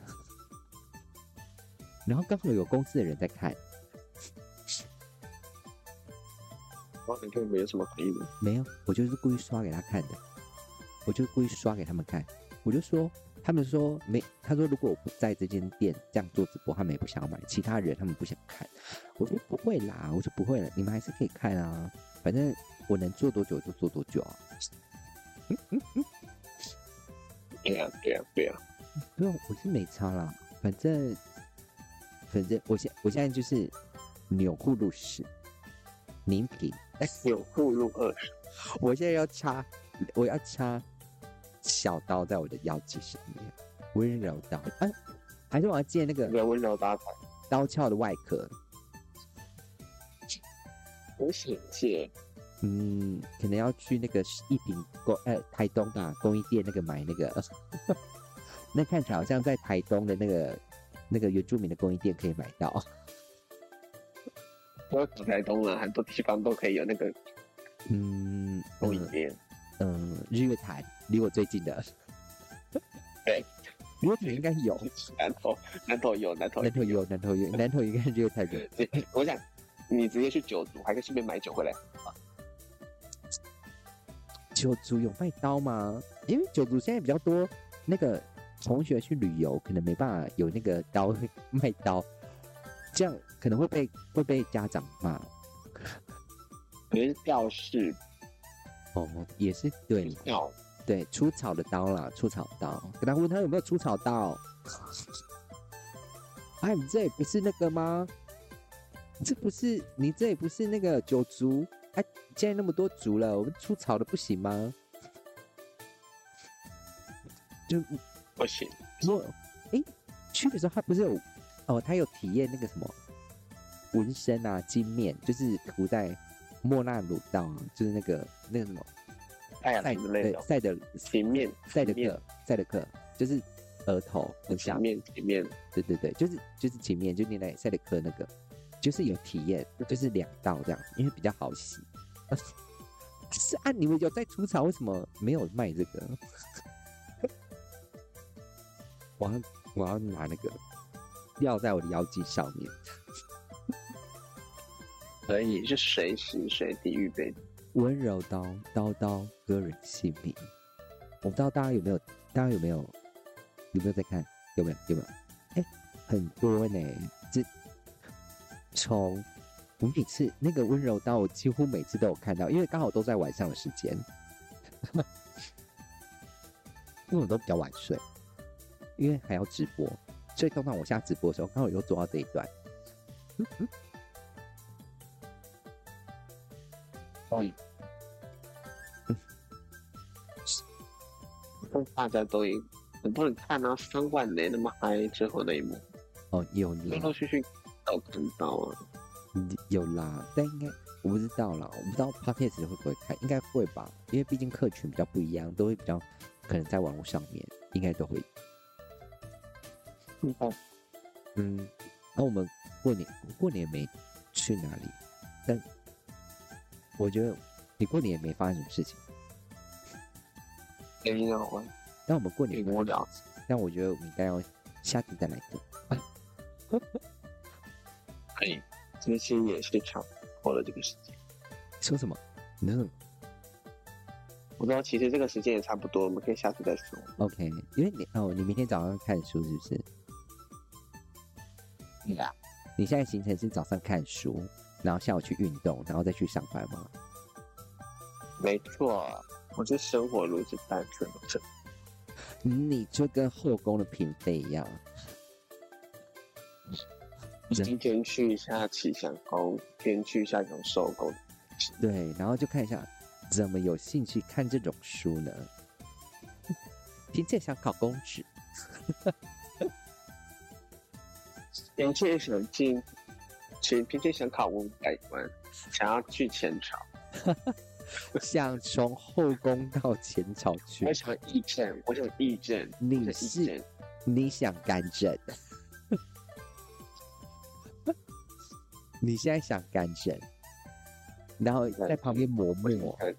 然后刚好有公司的人在看，然后你根本没有什么反应。没有，我就是故意刷给他看的，我就故意刷给他们看，我就说，他们说没，他说如果我不在这间店这样做直播，他们也不想要买，其他人他们不想看，我说不会啦，我说不会了，你们还是可以看啊，反正我能做多久就做多久啊，对呀、对呀、对呀、不用，我是没差啦，反正反正我现我现在就是钮祜禄氏宁嫔，钮祜禄二少， 我现在要插，我要插小刀在我的腰际上面，温柔刀。啊，还是我要借那那个个温柔搭台，刀鞘的外壳。我想借嗯，可能要去那个一品公呃台东吧公益店那个买那个， 那看起来好像在台东的那个那个原住民的公益店可以买到。 不要走台东了，很多地方都可以有那个嗯，公益嗯店。嗯，日月潭离我最近的。对，日月潭应该有，南投，南投有，南投南头有。有，南头有，南头应该日月潭有。我想你直接去九族，还可以顺便买酒回来。九族有卖刀吗？因为九族现在比较多那个同学去旅游，可能没办法有那个刀卖刀，这样可能会被会被家长骂。可能是吊饰哦，也是对吊，对，出草的刀啦，出草刀，跟他问他有没有出草刀。哎，你这也不是那个吗？这不是你这也不是那个九族？哎，现在那么多族了，我们出草的不行吗？就不行，我诶，去的时候他不是有哦，他有体验那个什么纹身啊、金面，就是涂在莫纳鲁道，就是那个那个什么太阳赛啊之类对的，赛德平面赛德前面克赛德克，就是额头很平像，面平面，对对对，就是就是前面就你来赛德克那个，就是有体验，就是两道这样，因为比较好洗。啊是啊，你们有在吐槽为什么没有卖这个？ 我要我要 拿那个吊在我的腰际上面。可以是随时随地预备。温柔刀，刀刀歌人姓名。我不知道大家有没有，大家有没有，有没有在看？有没有？有没有？哎、很多呢、这从我每次那个温柔刀，我几乎每次都有看到，因为刚好都在晚上的时间， 因为我都比较晚睡，因为还要直播，所以通常我下直播的时候，刚好又做到这一段。嗯，但大家都已很多人看啊，三万年那么嗨，最后那一幕哦，有陆啦，陆续续都看到啊。有啦，但应该我不知道啦，我不知道 podcast 会不会看，应该会吧，因为毕竟客群比较不一样，都会比较可能在网络上面应该都会嗯，嗯，那我们过年过年没去哪里，但我觉得你过年也没发生什么事情，没有啊，但我们过年挺无聊，但我觉得我们应该要下次再来一个。可以，这些也是差不多了这个时间。说什么？嗯你说什么我知道，其实这个时间也差不多，我们可以下次再说。 ？OK，因为你哦，你明天早上看书是不是？嗯对啊，你现在行程是早上看书，然后下午去运动，然后再去上班吗？没错，我是生活如此单纯，这你就跟后宫的嫔妃一样，嗯今天去一下气象宫，今天去一下永寿宫，对，然后就看一下怎么有兴趣看这种书呢？凭借想考公职，凭借想进，请凭借想考文武百官，想要去前朝，想从后宫到前朝去我，想议政，我想议政，你我想议是政，你想干政， 你现在想干政，然后在旁边磨我想墨，看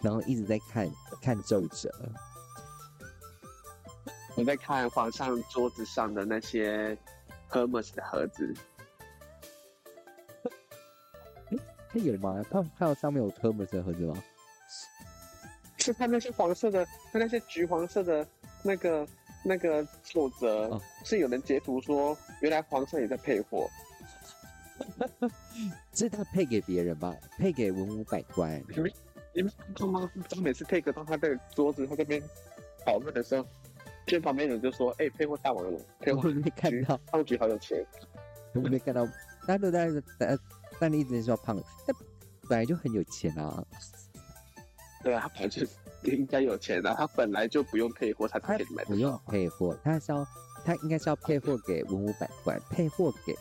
然后一直在看看奏折，我在看皇上桌子上的那些 Hermes 的盒子，那哎有吗？他看到上面有 Hermes 的盒子吗？是看那些黄色的，看那些橘黄色的那个那个奏折，哦是有人截图说，原来皇上也在配货，这他配给别人吧，配给文武百官。你们看到吗？他每次 take 到他的桌子，他这边讨论的时候，就旁边有人就说，哎、配货大王了，配我货没看橘到，当局好有钱。我没看到，大家都在但但你一直说胖，但本来就很有钱啊，对啊，他本来就 应该有钱的、他本来就不用配货，他才他可以买得到。不用配货，他是要他应该是要配货给文武百官，配货给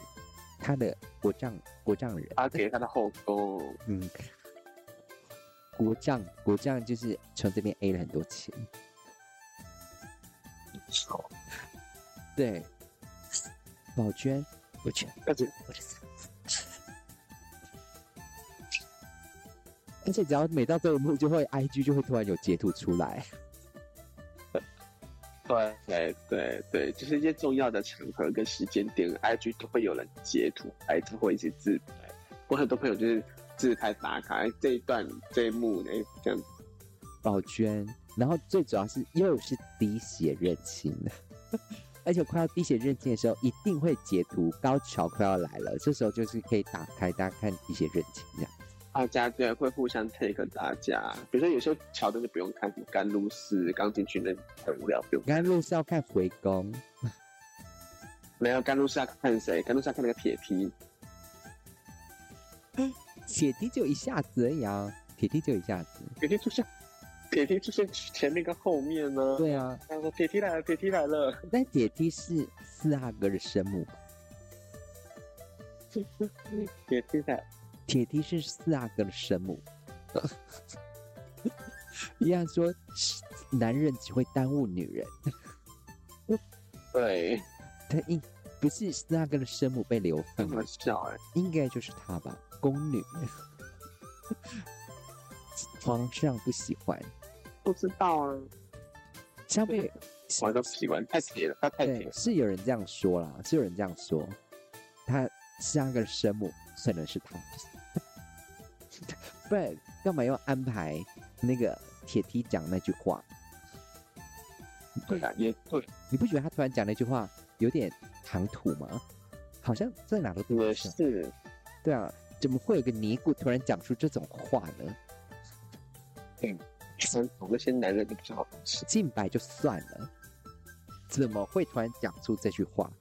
他的国丈国丈人，他给他的后宫， 嗯，国丈国丈就是从这边 A 了很多钱，对，宝娟，我去，但是我去。 而且只要每到这一幕，就会 IG 就会突然有截图出来。对对对对，就是一些重要的场合跟时间点，IG 都会有人截图，哎，都会一起自拍。我很多朋友就是自拍打卡，哎，这一段这一幕，哎，这样宝娟，然后最主要是又是滴血认亲的， 而且快要滴血认亲的时候，一定会截图，高潮快要来了，这时候就是可以打开大家看滴血认亲这样。大家对会互相 take 大家。比如说有些桥段就不用看，什么甘露寺刚进去那很无聊，不用看。刚才路是要看回宫，没有甘露寺要看谁？甘露寺要看那个铁梯，铁梯就一下子而已啊，铁梯就一下子。铁梯出现，铁梯出现前面跟后面呢、对啊，他说铁梯来了，铁梯来了。但铁梯是四阿哥的生母，铁梯来了，铁梯是四阿哥的生母。 一样说，男人只会耽误女人。对，他应不是四阿哥的生母被流开放了玩，笑哎、应该就是她吧，宫女。 皇上不喜欢，不知道啊，相对玩都不喜欢，太铁了，他太铁对了。是有人这样说啦，是有人这样说，他四阿哥的生母可能是她。 不然干嘛要安排那个铁梯讲那句话？对啊，也对，你不觉得他突然讲那句话有点唐突吗？好像在哪都对也得上。是，对啊，怎么会有个尼姑突然讲出这种话呢？传统那些男人都不是好东西。近白就算了，怎么会突然讲出这句话？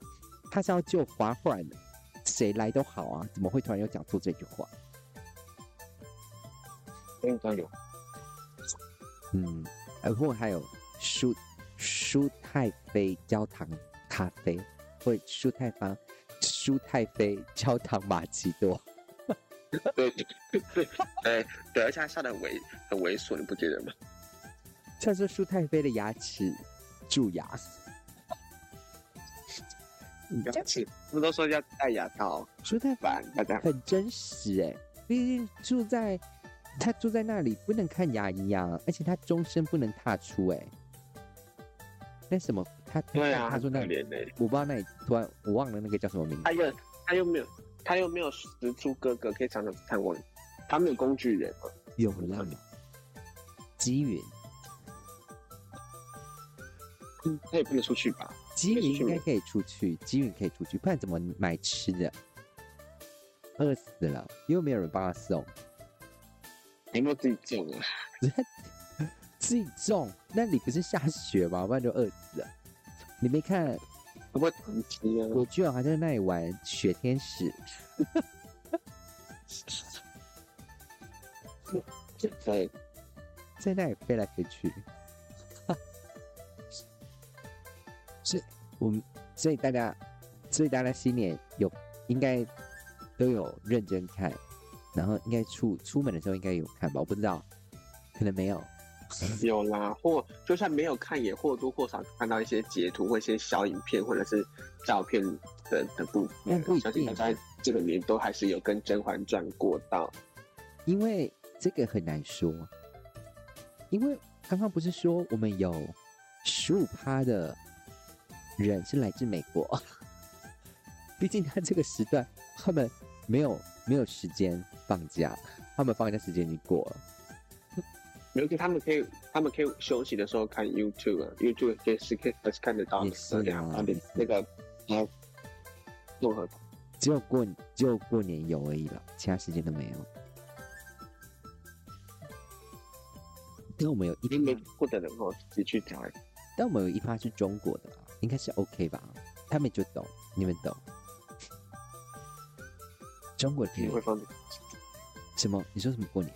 他是要救华焕的，谁来都好啊，怎么会突然又讲出这句话？刚刚有嗯，然后还有舒舒太妃焦糖咖啡，或者舒太方舒太妃焦糖玛奇朵，对对 对，哎对，而且他笑的很猥很猥琐，你不觉得吗？像是舒太妃的牙齿蛀牙。嗯牙齿，他们都说要戴牙套，舒太烦大家。很真实哎、毕竟住在他住在那里不能看牙医啊，而且他终身不能踏出哎、那什么他对啊，他说那很可里怜啊嘞，我不知道那里突然我忘了那个叫什么名字他，又他又没有他又没有十出哥哥可以常常探望，他没有工具人啊。有了吉云，嗯他也不能出去吧？吉云应该可以出去，吉云可以出去，不然怎么买吃的？饿死了，又没有人帮他送，有没有自己种啊？自己种。那里不是下雪吗？不然就饿死了。你没看会不会囤积啊？我居然还在那里玩雪天使，对，在那里飞来飞去。所以，我们所以大家，所以大家新年有应该都有认真看，然后应该出出门的时候应该有看吧？我不知道，可能没有。有啦，或就算没有看，也或多或少看到一些截图或一些小影片，或者是照片的的部但分不一。定啊相信大家这个年都还是有跟《甄嬛传》过到，因为这个很难说，因为刚刚不是说我们有十五趴的人是来自美国， 毕竟他这个时段他们没有没有时间放假，他们放假时间已经过了。尤其他们可以，他们可以休息的时候看 YouTube 啊，YouTube 也是可以还是看得到也的，是啊对啊，他的那个啊，综合只有过只有过年有而已了，其他时间都没有。但我们有一你没趴，过的人哦，自己去找。但我们有一趴是中国的啦，啊应该是 OK 吧？他们就懂，你们懂。 中国的也会放这个，什么？你说什么过年？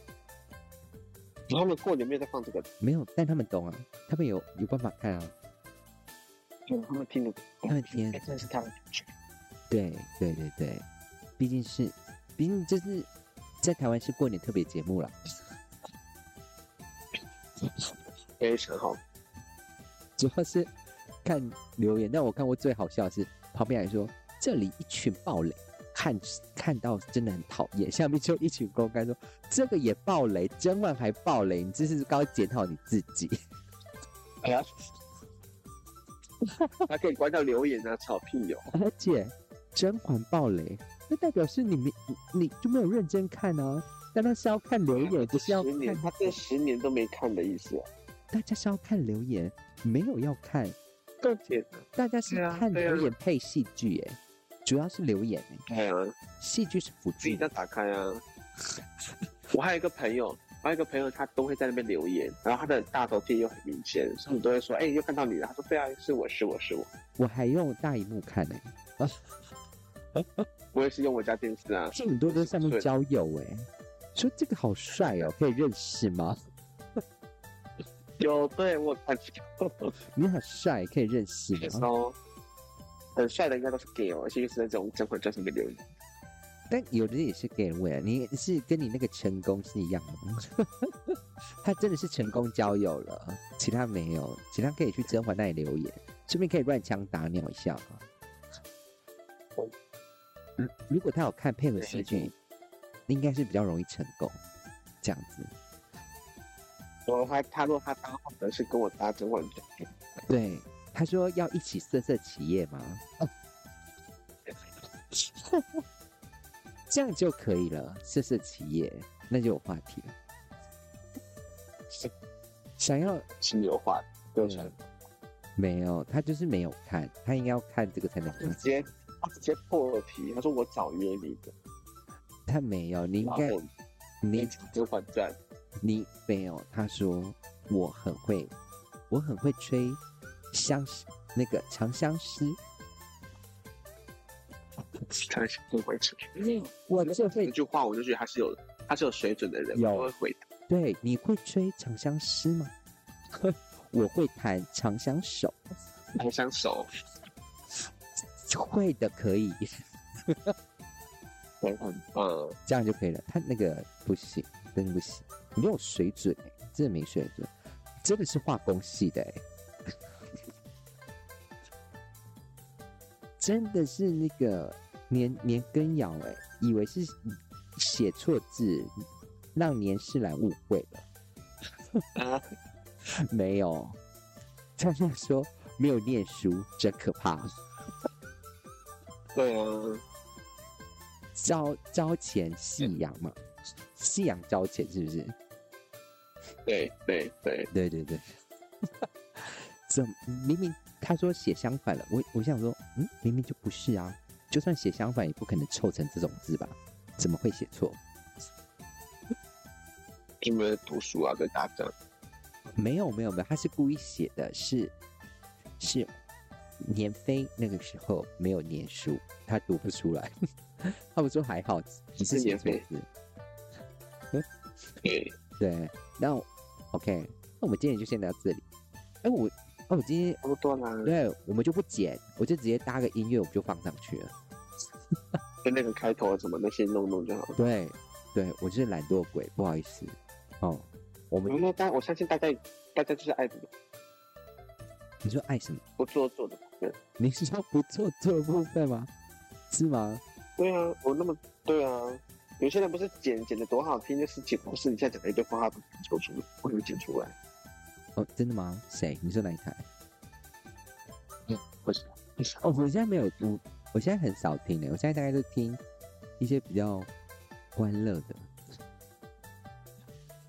他们过年没有在放这个，没有，但他们懂啊，他们有有办法看啊。他们听得懂，他们听得哎真的是他们对对对对，毕竟是，毕竟这是在台湾是过年特别节目了，非常好，主要是看留言。但我看过最好笑的是，旁边还说这里一群暴雷，看看到真的很讨厌。下面就一群公干说这个也暴雷，真万还暴雷，你这是刚检讨你自己。哎呀，还可以关掉留言啊，吵屁哟、而且甄嬛爆雷，那代表是你没你你就没有认真看啊！难道是要看留言，不是要十年，看他这十年都没看的意思啊。大家是要看留言，没有要看，更简单，大家是对啊看对啊留言配戏剧耶，主要是留言耶，欸对啊，戏剧是辅自己助再。打开啊。我还有一个朋友，我还有一个朋友，他都会在那边留言，然后他的大头贴又很明显，所以我都会说，哎、又看到你了。他说，对啊，是我是我是我，我还用大荧幕看呢，我也是用我家电视啊。是很多都在上面对交友哎，说这个好帅哦，可以认识吗？有，对我看你好帅，可以认识吗？哦。很帅的应该都是 gay 哦，而且又是那种真魂真上面留言。但有的也是给人问，你是跟你那个成功是一样的吗？ 他真的是成功交友了，其他没有，其他可以去甄嬛那里留言，顺便可以乱枪打鸟一下嘛。嗯如果他有看配合戏剧，应该是比较容易成功。这样子，我他他说他当好的是跟我搭真魂真，对他说要一起色色企业吗？ 哦这样就可以了，色色企业。那就有话题了。想要是有话，对不对？没有，他就是没有看，他应该要看这个才能直接他直接破题，他说我早约你的，他没有，你应该然后你就还 债，你没有，他说我很会，我很会吹相思那个长相思，他是不会吃。我就这会句话我就觉得他是有他是有水准的人，有我会回答。对，你会吹长相思吗？ 我会弹长相手，还想 手，会的可以，很很棒。这样就可以了。他那个不行，真的不行，没有水准、欸，真的没水准，真的是化工系的、欸，真的是那个年年羹尧，哎，以为是写错字，让年世兰误会了， 啊，没有，他是说没有念书，真可怕，对啊，招招前夕阳嘛，夕阳招前是不是？对对对，对对对， 怎么明明他说写相反了，我我想说，嗯，明明就不是啊，就算写相反也不可能凑成这种字吧？怎么会写错？因为读书啊，跟大家讲，没有没有没有，他是故意写的是是年妃那个时候没有念书，他读不出来， 他们说还好，只是是写年错妃字。对，对，那我 OK，那我们今天就先聊到这里。哎，我那我今天差不多啦，对，我们就不剪，我就直接搭个音乐，我们就放上去了。跟那个开头啊什么那些弄弄就好了。对，对我就是懒惰鬼，不好意思。哦，我们然后大家，我相信大家，大家就是爱怎么你说爱什么？不做作的部分。你是说不做作的部分吗？是吗？对啊，我那么对啊，有些人不是剪剪的多好听，就是剪故事一下讲了一堆话，他不剪出来，不能剪出来。哦，真的吗？谁？你说哪一台？不是，哦，我现在没有，我我现在很少听诶，我现在大概都听一些比较欢乐的。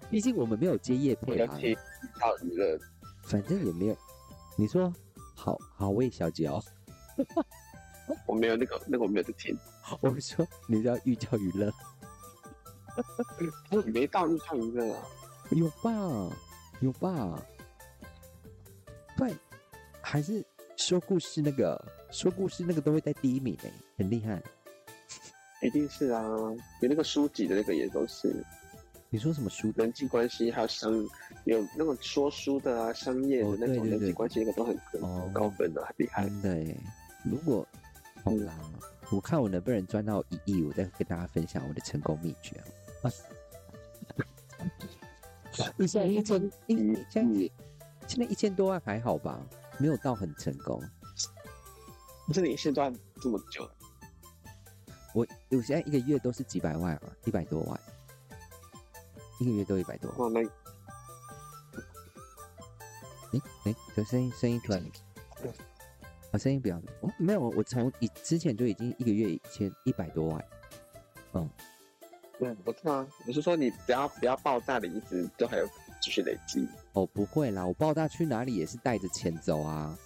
毕竟我们没有接夜我配要啊，听到娱乐，反正也没有。你说好好味小姐哦，我没有那个那个我没有在听，我说你叫寓教于乐，我嗯没到遇到娱乐啊。有吧？有吧？不然，还是说故事那个说故事那个都会在第一名诶、很厉害。一定是啊，有那个书籍的那个也都是你说什么书？人际关系，还有商有那种说书的啊，商业的哦那种对对人对际关系，那个都很很哦高分啊的、很厉害。真的诶、如果好嗯啦，我看我能不能赚到一亿，我再跟大家分享我的成功秘诀啊。一下一千一嗯一千，嗯，现在一千多万还好吧？没有到很成功。这里现段这么久，我我现在一个月都是几百万啊，一百多万，一个月都一百多万。哇，那诶诶，这声音声音突然，啊，声音比较，哦，没有，我从以之前就已经一个月一千一百多万，嗯，我知道啊，我是说你不要不要爆炸的，一直都还有继续累积。哦，不会啦，我报大去哪里也是带着钱走 啊，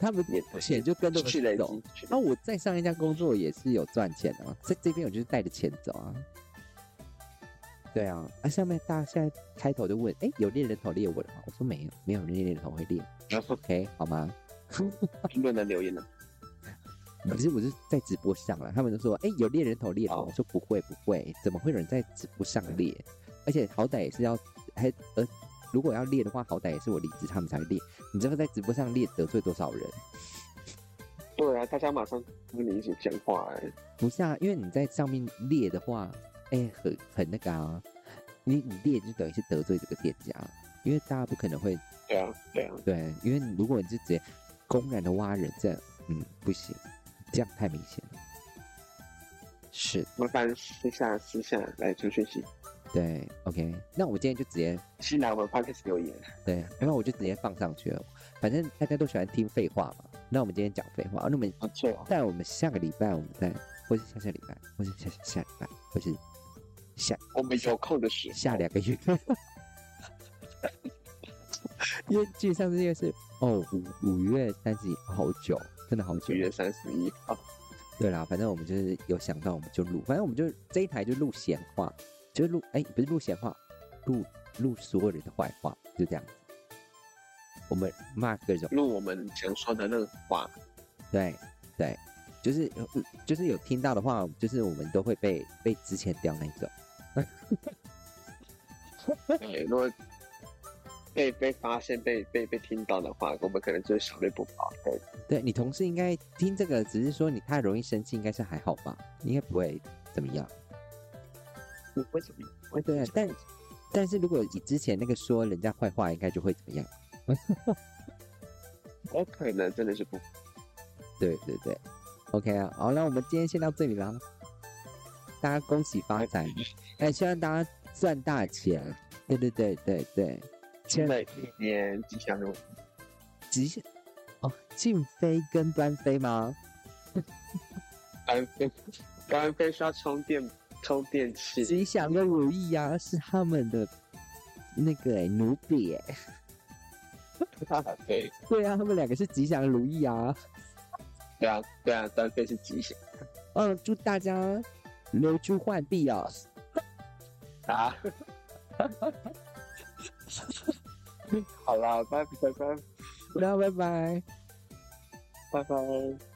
他们也不是钱就哦跟着继续累我走积，，继续那、我在上一家工作也是有赚钱的、啊，在这边我就是带着钱走啊。对啊，啊，下面大家现在开头就问，哎、有猎人头猎我了吗？我说没有，没有人猎人头会猎然后，OK 好吗？ 评论的留言了，可是我是在直播上了，他们都说，哎、有猎人头猎吗？哦我说不会不会，怎么会有人在直播上猎？而且好歹也是要，还呃，如果要猎的话，好歹也是我离职他们才会猎。你知道在直播上猎得罪多少人？对啊，大家马上跟你一起讲话、哎，不是啊，因为你在上面列的话，哎、很很那个啊，你你列就等于是得罪这个店家，因为大家不可能会对啊，对啊，对，因为如果你是直接公然的挖人，这样嗯不行，这样太明显了。是麻烦私下私下来传讯息，对，OK，那我今天就直接新来我们 p o d c a s 留言，对，然后我就直接放上去了，反正大家都喜欢听废话嘛，那我们今天讲废话，啊那我们不错，啊但我们下个礼拜我们再，或是下下礼拜，或是下下下礼拜，或是下我们有空的时候下两个月， 因为距上次那个是哦五五月三十一，好久，真的好五久。月三十一号，对啦，反正我们就是有想到我们就录，反正我们就这一台就录闲话，就录哎、不是录闲话，录录所有人的坏话，就这样子。我们骂各种录我们想说的那话，对对，就是有就是有听到的话，就是我们都会被被之前掉那种。对，哎如果被被发现、被被被听到的话，我们可能就是小略不哎保。对，对你同事应该听这个，只是说你太容易生气，应该是还好吧，应该不会怎么样。你为什么？为什对么啊，但但是如果你之前那个说人家坏话，应该就会怎么样？我可能真的是不对对对，OK 啊，好，那我们今天先到这里啦，大家恭喜发财，哎，希望大家赚大钱，对对对对对，新的一年吉祥 如意。极限哦，静飞跟端飞吗？刚飞，刚飞需要充电充电器，吉祥跟如意呀、是他们的那个哎、奴婢哎、对对啊，他们两个是吉祥如意啊，对啊对啊，单飞是吉祥嗯，祝大家留珠换币哦， 啊。好啦，拜拜拜那拜拜。拜拜。